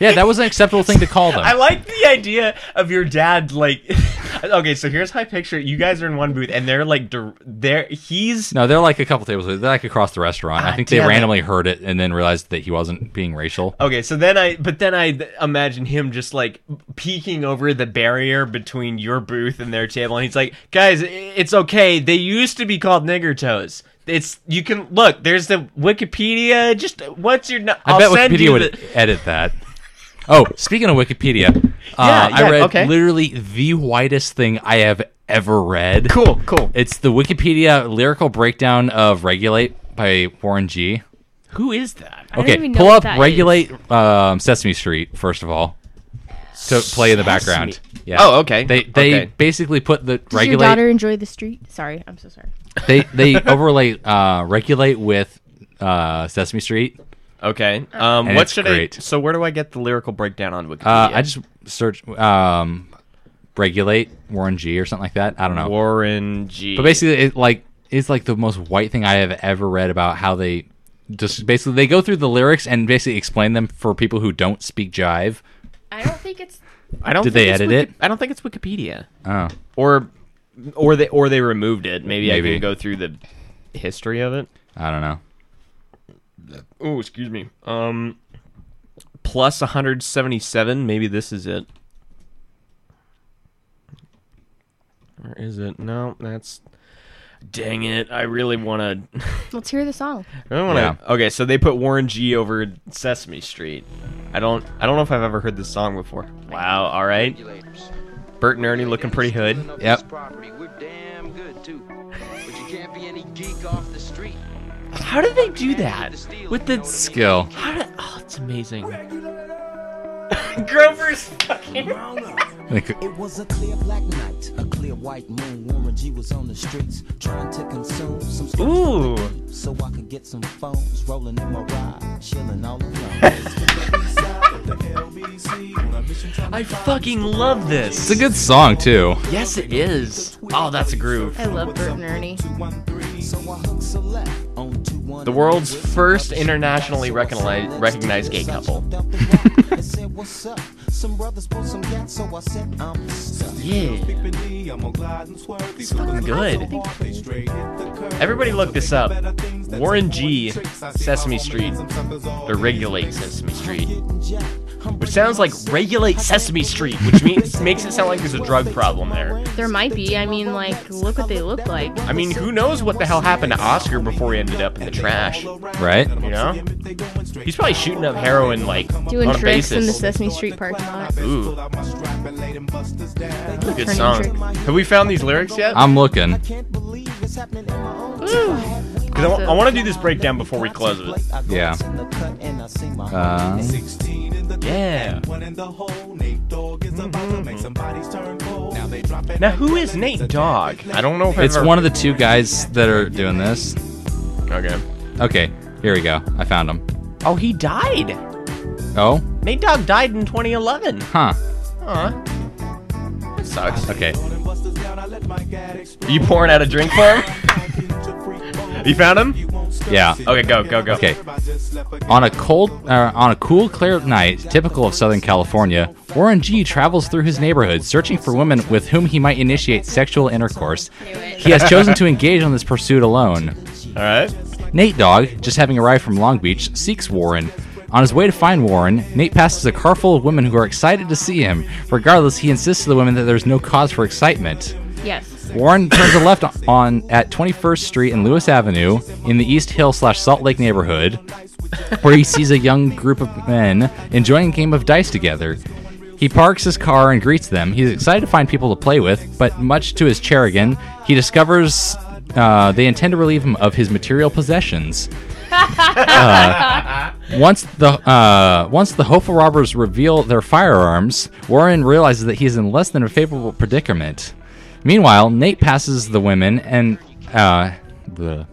[SPEAKER 5] Yeah, that was an acceptable thing to call them.
[SPEAKER 4] I like the idea of your dad like Okay, so here's my picture. You guys are in one booth and they're like dir- they're he's
[SPEAKER 5] No, they're like a couple tables. They're like across the restaurant. I think they
[SPEAKER 4] damn it.
[SPEAKER 5] randomly heard it and then realized that he wasn't being racial.
[SPEAKER 4] Okay, so then I, but then I th- imagine him just like peeking over the barrier between your booth and their table, and he's like, "Guys, i- it's okay. They used to be called nigger toes. It's you can look. There's the Wikipedia. Just what's your? No-
[SPEAKER 5] I
[SPEAKER 4] I'll
[SPEAKER 5] bet
[SPEAKER 4] send
[SPEAKER 5] Wikipedia
[SPEAKER 4] you
[SPEAKER 5] would e-,
[SPEAKER 4] the-
[SPEAKER 5] edit that. Oh, speaking of Wikipedia, uh,
[SPEAKER 4] yeah,
[SPEAKER 5] I read
[SPEAKER 4] okay.
[SPEAKER 5] literally the whitest thing I have ever read.
[SPEAKER 4] cool, cool.
[SPEAKER 5] It's the Wikipedia lyrical breakdown of Regulate by Warren G.
[SPEAKER 4] Who is that?
[SPEAKER 6] don't
[SPEAKER 5] Okay,
[SPEAKER 6] even know
[SPEAKER 5] pull
[SPEAKER 6] what
[SPEAKER 5] up
[SPEAKER 6] that
[SPEAKER 5] Regulate um, Sesame Street, first of all, to play in the background. Yeah.
[SPEAKER 4] Oh, okay.
[SPEAKER 5] They, they
[SPEAKER 4] Okay.
[SPEAKER 5] basically put the
[SPEAKER 6] Does your
[SPEAKER 5] regulate
[SPEAKER 6] daughter enjoy the street? Sorry, I'm so sorry.
[SPEAKER 5] they they overlay uh, regulate with uh, Sesame Street.
[SPEAKER 4] Okay. Um,
[SPEAKER 5] And
[SPEAKER 4] what
[SPEAKER 5] it's
[SPEAKER 4] should
[SPEAKER 5] great.
[SPEAKER 4] I? So where do I get the lyrical breakdown on Wikipedia?
[SPEAKER 5] Uh, I just search um, regulate Warren G or something like that. I don't know.
[SPEAKER 4] Warren G.
[SPEAKER 5] but basically, it like is like the most white thing I have ever read about how they just basically they go through the lyrics and basically explain them for people who don't speak jive.
[SPEAKER 6] I don't think it's.
[SPEAKER 4] I don't.
[SPEAKER 5] did
[SPEAKER 4] think
[SPEAKER 5] they
[SPEAKER 4] it's
[SPEAKER 5] edit
[SPEAKER 4] Wiki-
[SPEAKER 5] it?
[SPEAKER 4] I don't think it's Wikipedia.
[SPEAKER 5] Oh,
[SPEAKER 4] Or, or they or they removed it. Maybe, I
[SPEAKER 5] Maybe.
[SPEAKER 4] can go through the history of it.
[SPEAKER 5] I don't know.
[SPEAKER 4] Oh, excuse me. Um, plus 177. Maybe this is it. Where is it? No, that's. Dang it! I really want to.
[SPEAKER 6] Let's hear the song.
[SPEAKER 4] I don't want to. Okay, so they put Warren G over Sesame Street. I don't. I don't know if I've ever heard this song before. Wow. All right. Bert and Ernie looking pretty hood.
[SPEAKER 5] Yep.
[SPEAKER 7] Property. We're damn good too. But you can't be any geek off the street.
[SPEAKER 4] How did they do that with the
[SPEAKER 5] Skill.
[SPEAKER 4] How did? Oh, it's amazing. Grover's fucking.
[SPEAKER 5] Like,
[SPEAKER 8] It was a clear black night, a clear white moon. Warren G was on the streets trying to consume some stuff
[SPEAKER 4] Ooh.
[SPEAKER 8] so I could get some phones rolling in my ride, chilling all alone.
[SPEAKER 4] I fucking love this.
[SPEAKER 5] it's a good song too.
[SPEAKER 4] Yes, it is. Oh, that's a groove.
[SPEAKER 6] I love Bert and Ernie.
[SPEAKER 4] The world's first internationally recognized, recognized gay couple.
[SPEAKER 8] Some brothers bought some gas, so I said I'm stuck.
[SPEAKER 4] Yeah. Good. Everybody look this up. Warren G. Sesame Street. Or Regulate Sesame Street. Which sounds like Regulate Sesame Street, which means makes it sound like there's a drug problem there.
[SPEAKER 6] There might be. I mean, like, look what they look like.
[SPEAKER 4] I mean, who knows what the hell happened to Oscar before he ended up in the trash? You
[SPEAKER 5] Right?
[SPEAKER 4] know? He's probably shooting up heroin like
[SPEAKER 6] Doing
[SPEAKER 4] on a
[SPEAKER 6] tricks in the
[SPEAKER 4] basis.
[SPEAKER 6] Sesame Street parking lot.
[SPEAKER 4] Ooh,
[SPEAKER 8] They
[SPEAKER 4] good
[SPEAKER 6] Turning
[SPEAKER 4] song.
[SPEAKER 6] trick.
[SPEAKER 4] Have we found these lyrics yet?
[SPEAKER 5] I'm looking.
[SPEAKER 8] can't believe it's happening in my own
[SPEAKER 6] Ooh.
[SPEAKER 4] Because I,
[SPEAKER 6] Awesome.
[SPEAKER 4] want to do this breakdown before we close it.
[SPEAKER 5] Yeah.
[SPEAKER 9] Uh-huh.
[SPEAKER 5] Um,
[SPEAKER 4] Yeah.
[SPEAKER 9] Mm-hmm.
[SPEAKER 4] Now, who is Nate Dogg? I don't know if
[SPEAKER 5] it's
[SPEAKER 4] I've ever-
[SPEAKER 5] one of the two guys that are doing this.
[SPEAKER 4] Okay.
[SPEAKER 5] Okay, here we go. I found him.
[SPEAKER 4] Oh, he died.
[SPEAKER 5] Oh,
[SPEAKER 4] Nate Dogg died in 2011.
[SPEAKER 5] huh.
[SPEAKER 4] Huh. That sucks.
[SPEAKER 5] Okay.
[SPEAKER 4] Are you pouring out a drink for him? you found him?
[SPEAKER 5] Yeah.
[SPEAKER 4] Okay, go, go, go.
[SPEAKER 5] Okay. On a cold, uh, on a cool, clear night, typical of Southern California, Warren G travels through his neighborhood searching for women with whom he might initiate sexual intercourse. He has chosen to engage on this pursuit alone.
[SPEAKER 4] All right.
[SPEAKER 5] Nate Dogg, just having arrived from Long Beach, seeks Warren. On his way to find Warren, Nate passes a car full of women who are excited to see him. Regardless, he insists to the women that there's no cause for excitement.
[SPEAKER 6] Yes.
[SPEAKER 5] Warren turns a left on at 21st Street and Lewis Avenue in the East Hill slash Salt Lake neighborhood, where he sees a young group of men enjoying a game of dice together. He parks his car and greets them. He's excited to find people to play with, but much to his chagrin, he discovers uh, they intend to relieve him of his material possessions. Once the uh, once the hopeful robbers reveal their firearms, Warren realizes that he's in less than a favorable predicament. Meanwhile, Nate passes the women and uh, the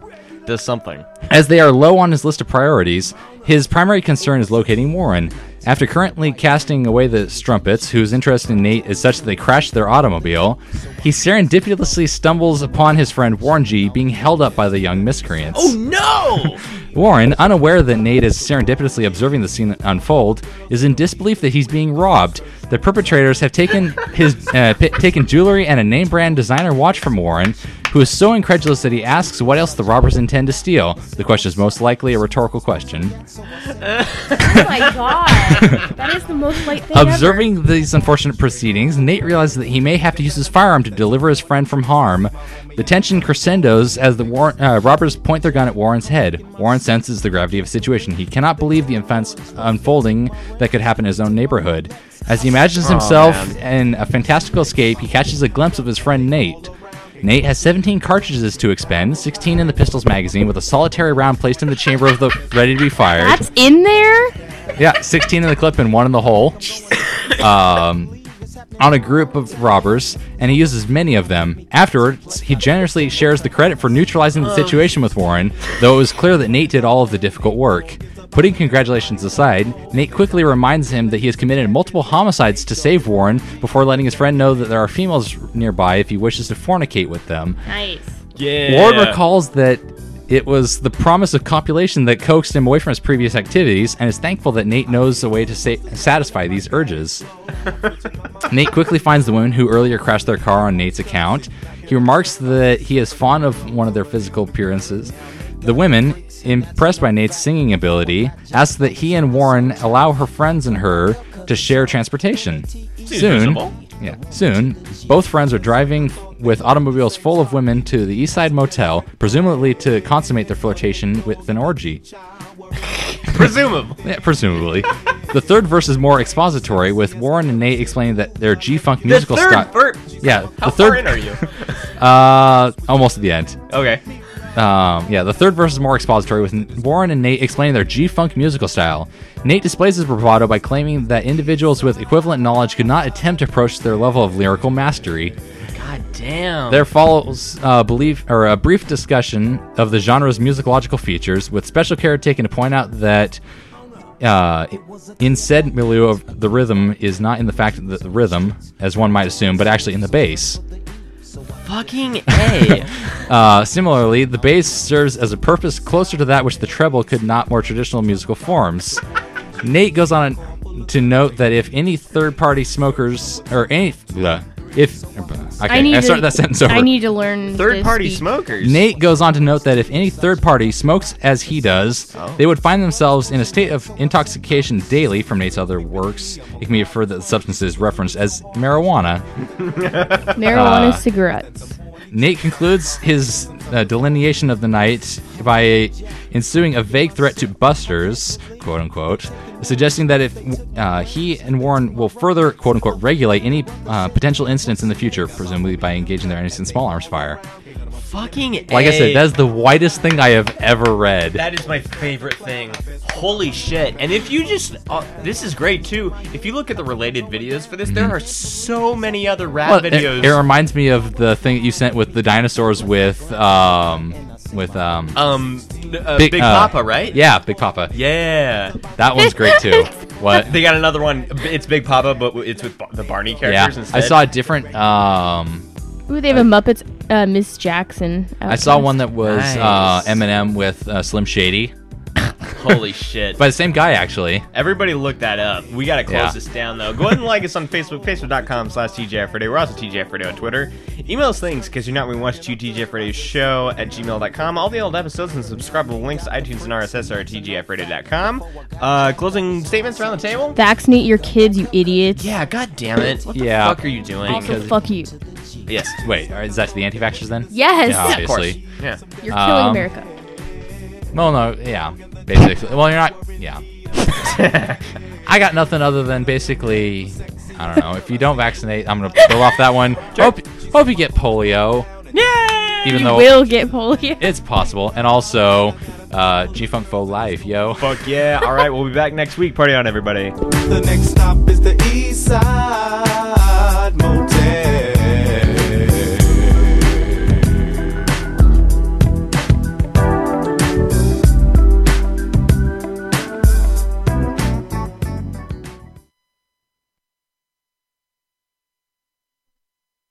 [SPEAKER 4] Does something.
[SPEAKER 5] as they are low on his list of priorities. His primary concern is locating Warren. After currently casting away the strumpets, whose interest in Nate is such that they crash their automobile, he serendipitously stumbles upon his friend Warren G being held up by the young miscreants.
[SPEAKER 4] Oh, No!
[SPEAKER 5] Warren, unaware that Nate is serendipitously observing the scene unfold, is in disbelief that he's being robbed. The perpetrators have taken his uh, pi taken jewelry and a name brand designer watch from Warren, who is so incredulous that he asks what else the robbers intend to steal. The question is most likely a rhetorical question.
[SPEAKER 6] Oh my god. That is the most light thing
[SPEAKER 5] Observing these unfortunate proceedings, Nate realizes that he may have to use his firearm to deliver his friend from harm. The tension crescendos as the war- uh, robbers point their gun at Warren's head. Warren senses the gravity of the situation. He cannot believe the offense unfolding that could happen in his own neighborhood. As he imagines himself in a fantastical escape, he catches a glimpse of his friend Nate. Nate has 17 cartridges to expend, 16 in the pistol's magazine, with a solitary round placed in the chamber of the ready to be fired.
[SPEAKER 6] That's in there?
[SPEAKER 5] Yeah, 16 in the clip and one in the hole. Um, on a group of robbers, and he uses many of them. Afterwards, he generously shares the credit for neutralizing the situation with Warren, though it was clear that Nate did all of the difficult work. Putting congratulations aside, Nate quickly reminds him that he has committed multiple homicides to save Warren before letting his friend know that there are females nearby if he wishes to fornicate with them.
[SPEAKER 6] Nice.
[SPEAKER 4] Yeah.
[SPEAKER 5] Ward recalls that it was the promise of copulation that coaxed him away from his previous activities and is thankful that Nate knows a way to sa- satisfy these urges. Nate quickly finds the women who earlier crashed their car on Nate's account. He remarks that he is fond of one of their physical appearances. The women, impressed by Nate's singing ability, ask that he and Warren allow her friends and her to share transportation. Soon,
[SPEAKER 4] reasonable.
[SPEAKER 5] yeah, soon, both friends are driving with automobiles full of women to the East Side Motel, presumably to consummate their flirtation with an orgy.
[SPEAKER 4] Presumably.
[SPEAKER 5] Yeah, presumably. the third verse is more expository, with Warren and Nate explaining that their G-funk
[SPEAKER 4] The
[SPEAKER 5] musical
[SPEAKER 4] third
[SPEAKER 5] style.
[SPEAKER 4] ver-
[SPEAKER 5] yeah,
[SPEAKER 4] How
[SPEAKER 5] the third.
[SPEAKER 4] far in are you?
[SPEAKER 5] Uh, almost at the end.
[SPEAKER 4] Okay.
[SPEAKER 5] Um, yeah, the third verse is more expository, with Warren and Nate explaining their G-funk musical style. Nate displays his bravado by claiming that individuals with equivalent knowledge could not attempt to approach their level of lyrical mastery.
[SPEAKER 4] God damn.
[SPEAKER 5] There follows uh, belief or a brief discussion of the genre's musicological features, with special care taken to point out that uh, in said milieu of the rhythm is not in the fact that the rhythm, as one might assume, but actually in the bass.
[SPEAKER 4] Fucking A.
[SPEAKER 5] Uh, similarly, the bass serves as a purpose closer to that which the treble could not more traditional musical forms. Nate goes on to note that if any third-party smokers or any uh, if okay,
[SPEAKER 6] I need
[SPEAKER 5] I start
[SPEAKER 6] to,
[SPEAKER 5] that sentence over.
[SPEAKER 6] I need to learn
[SPEAKER 4] Third
[SPEAKER 6] to
[SPEAKER 4] party
[SPEAKER 6] speak.
[SPEAKER 4] smokers.
[SPEAKER 5] Nate goes on to note that if any third party smokes as he does,
[SPEAKER 6] Oh.
[SPEAKER 5] they would find themselves in a state of intoxication daily from Nate's other works. It can be inferred that the substance is referenced as marijuana.
[SPEAKER 6] Marijuana cigarettes.
[SPEAKER 5] Nate concludes his uh, delineation of the night by ensuing a vague threat to Busters, quote unquote, suggesting that if uh, he and Warren will further, quote unquote, regulate any uh, potential incidents in the future, presumably by engaging their innocent small arms fire.
[SPEAKER 4] Fucking
[SPEAKER 5] Like I
[SPEAKER 4] A.
[SPEAKER 5] said, that is the widest thing I have ever read.
[SPEAKER 4] That is my favorite thing. Holy shit. And if you just, uh, this is great too. If you look at the related videos for this, there are so many other rap
[SPEAKER 5] Mm-hmm. Well, it,
[SPEAKER 4] videos.
[SPEAKER 5] it reminds me of the thing that you sent with the dinosaurs with um with um
[SPEAKER 4] um, uh, Big,
[SPEAKER 5] Big- uh,
[SPEAKER 4] Papa, right?
[SPEAKER 5] yeah Big Papa.
[SPEAKER 4] Yeah.
[SPEAKER 5] That one's great too. What?
[SPEAKER 4] They got another one. It's Big Papa, but it's with Ba- the Barney
[SPEAKER 5] Yeah,
[SPEAKER 4] characters instead.
[SPEAKER 5] I saw a different. Um,
[SPEAKER 6] Ooh, they have a Muppets uh, Miss Jackson.
[SPEAKER 5] I saw one that was
[SPEAKER 4] Nice.
[SPEAKER 5] uh, Eminem with uh, Slim Shady
[SPEAKER 4] Holy shit.
[SPEAKER 5] by the same guy actually.
[SPEAKER 4] Everybody look that up. We gotta close
[SPEAKER 5] Yeah.
[SPEAKER 4] this down though. Go ahead and like us on Facebook, facebook.com slash TJFriday. We're also TJFriday on Twitter. Email us things because you're not we watch you TJFriday show at gmail.com. All the old episodes and subscribable links to iTunes and RSS are at TJFriday.com. Uh closing statements around the table?
[SPEAKER 6] Vaccinate your kids, you idiots.
[SPEAKER 4] yeah, god damn it. What the
[SPEAKER 5] Yeah.
[SPEAKER 4] fuck are you doing?
[SPEAKER 6] Also, fuck you.
[SPEAKER 4] yes.
[SPEAKER 5] Wait, all right, is that the anti-vaxxers then?
[SPEAKER 6] Yes.
[SPEAKER 5] Yeah,
[SPEAKER 6] Yeah, of
[SPEAKER 5] obviously.
[SPEAKER 4] Yeah.
[SPEAKER 6] You're killing
[SPEAKER 5] Um,
[SPEAKER 6] America.
[SPEAKER 5] Well, no, yeah, basically. Well, you're not. Yeah. I got nothing other than basically. I don't know. If you don't vaccinate, I'm gonna throw off that one. Hope, hope you get polio.
[SPEAKER 6] Yeah.
[SPEAKER 5] even
[SPEAKER 6] you
[SPEAKER 5] though-
[SPEAKER 6] will get polio.
[SPEAKER 5] It's possible. And also, uh, G Funk Faux Life, yo.
[SPEAKER 4] Fuck yeah. Alright, we'll be back next week. Party on everybody.
[SPEAKER 9] The next stop is the east side.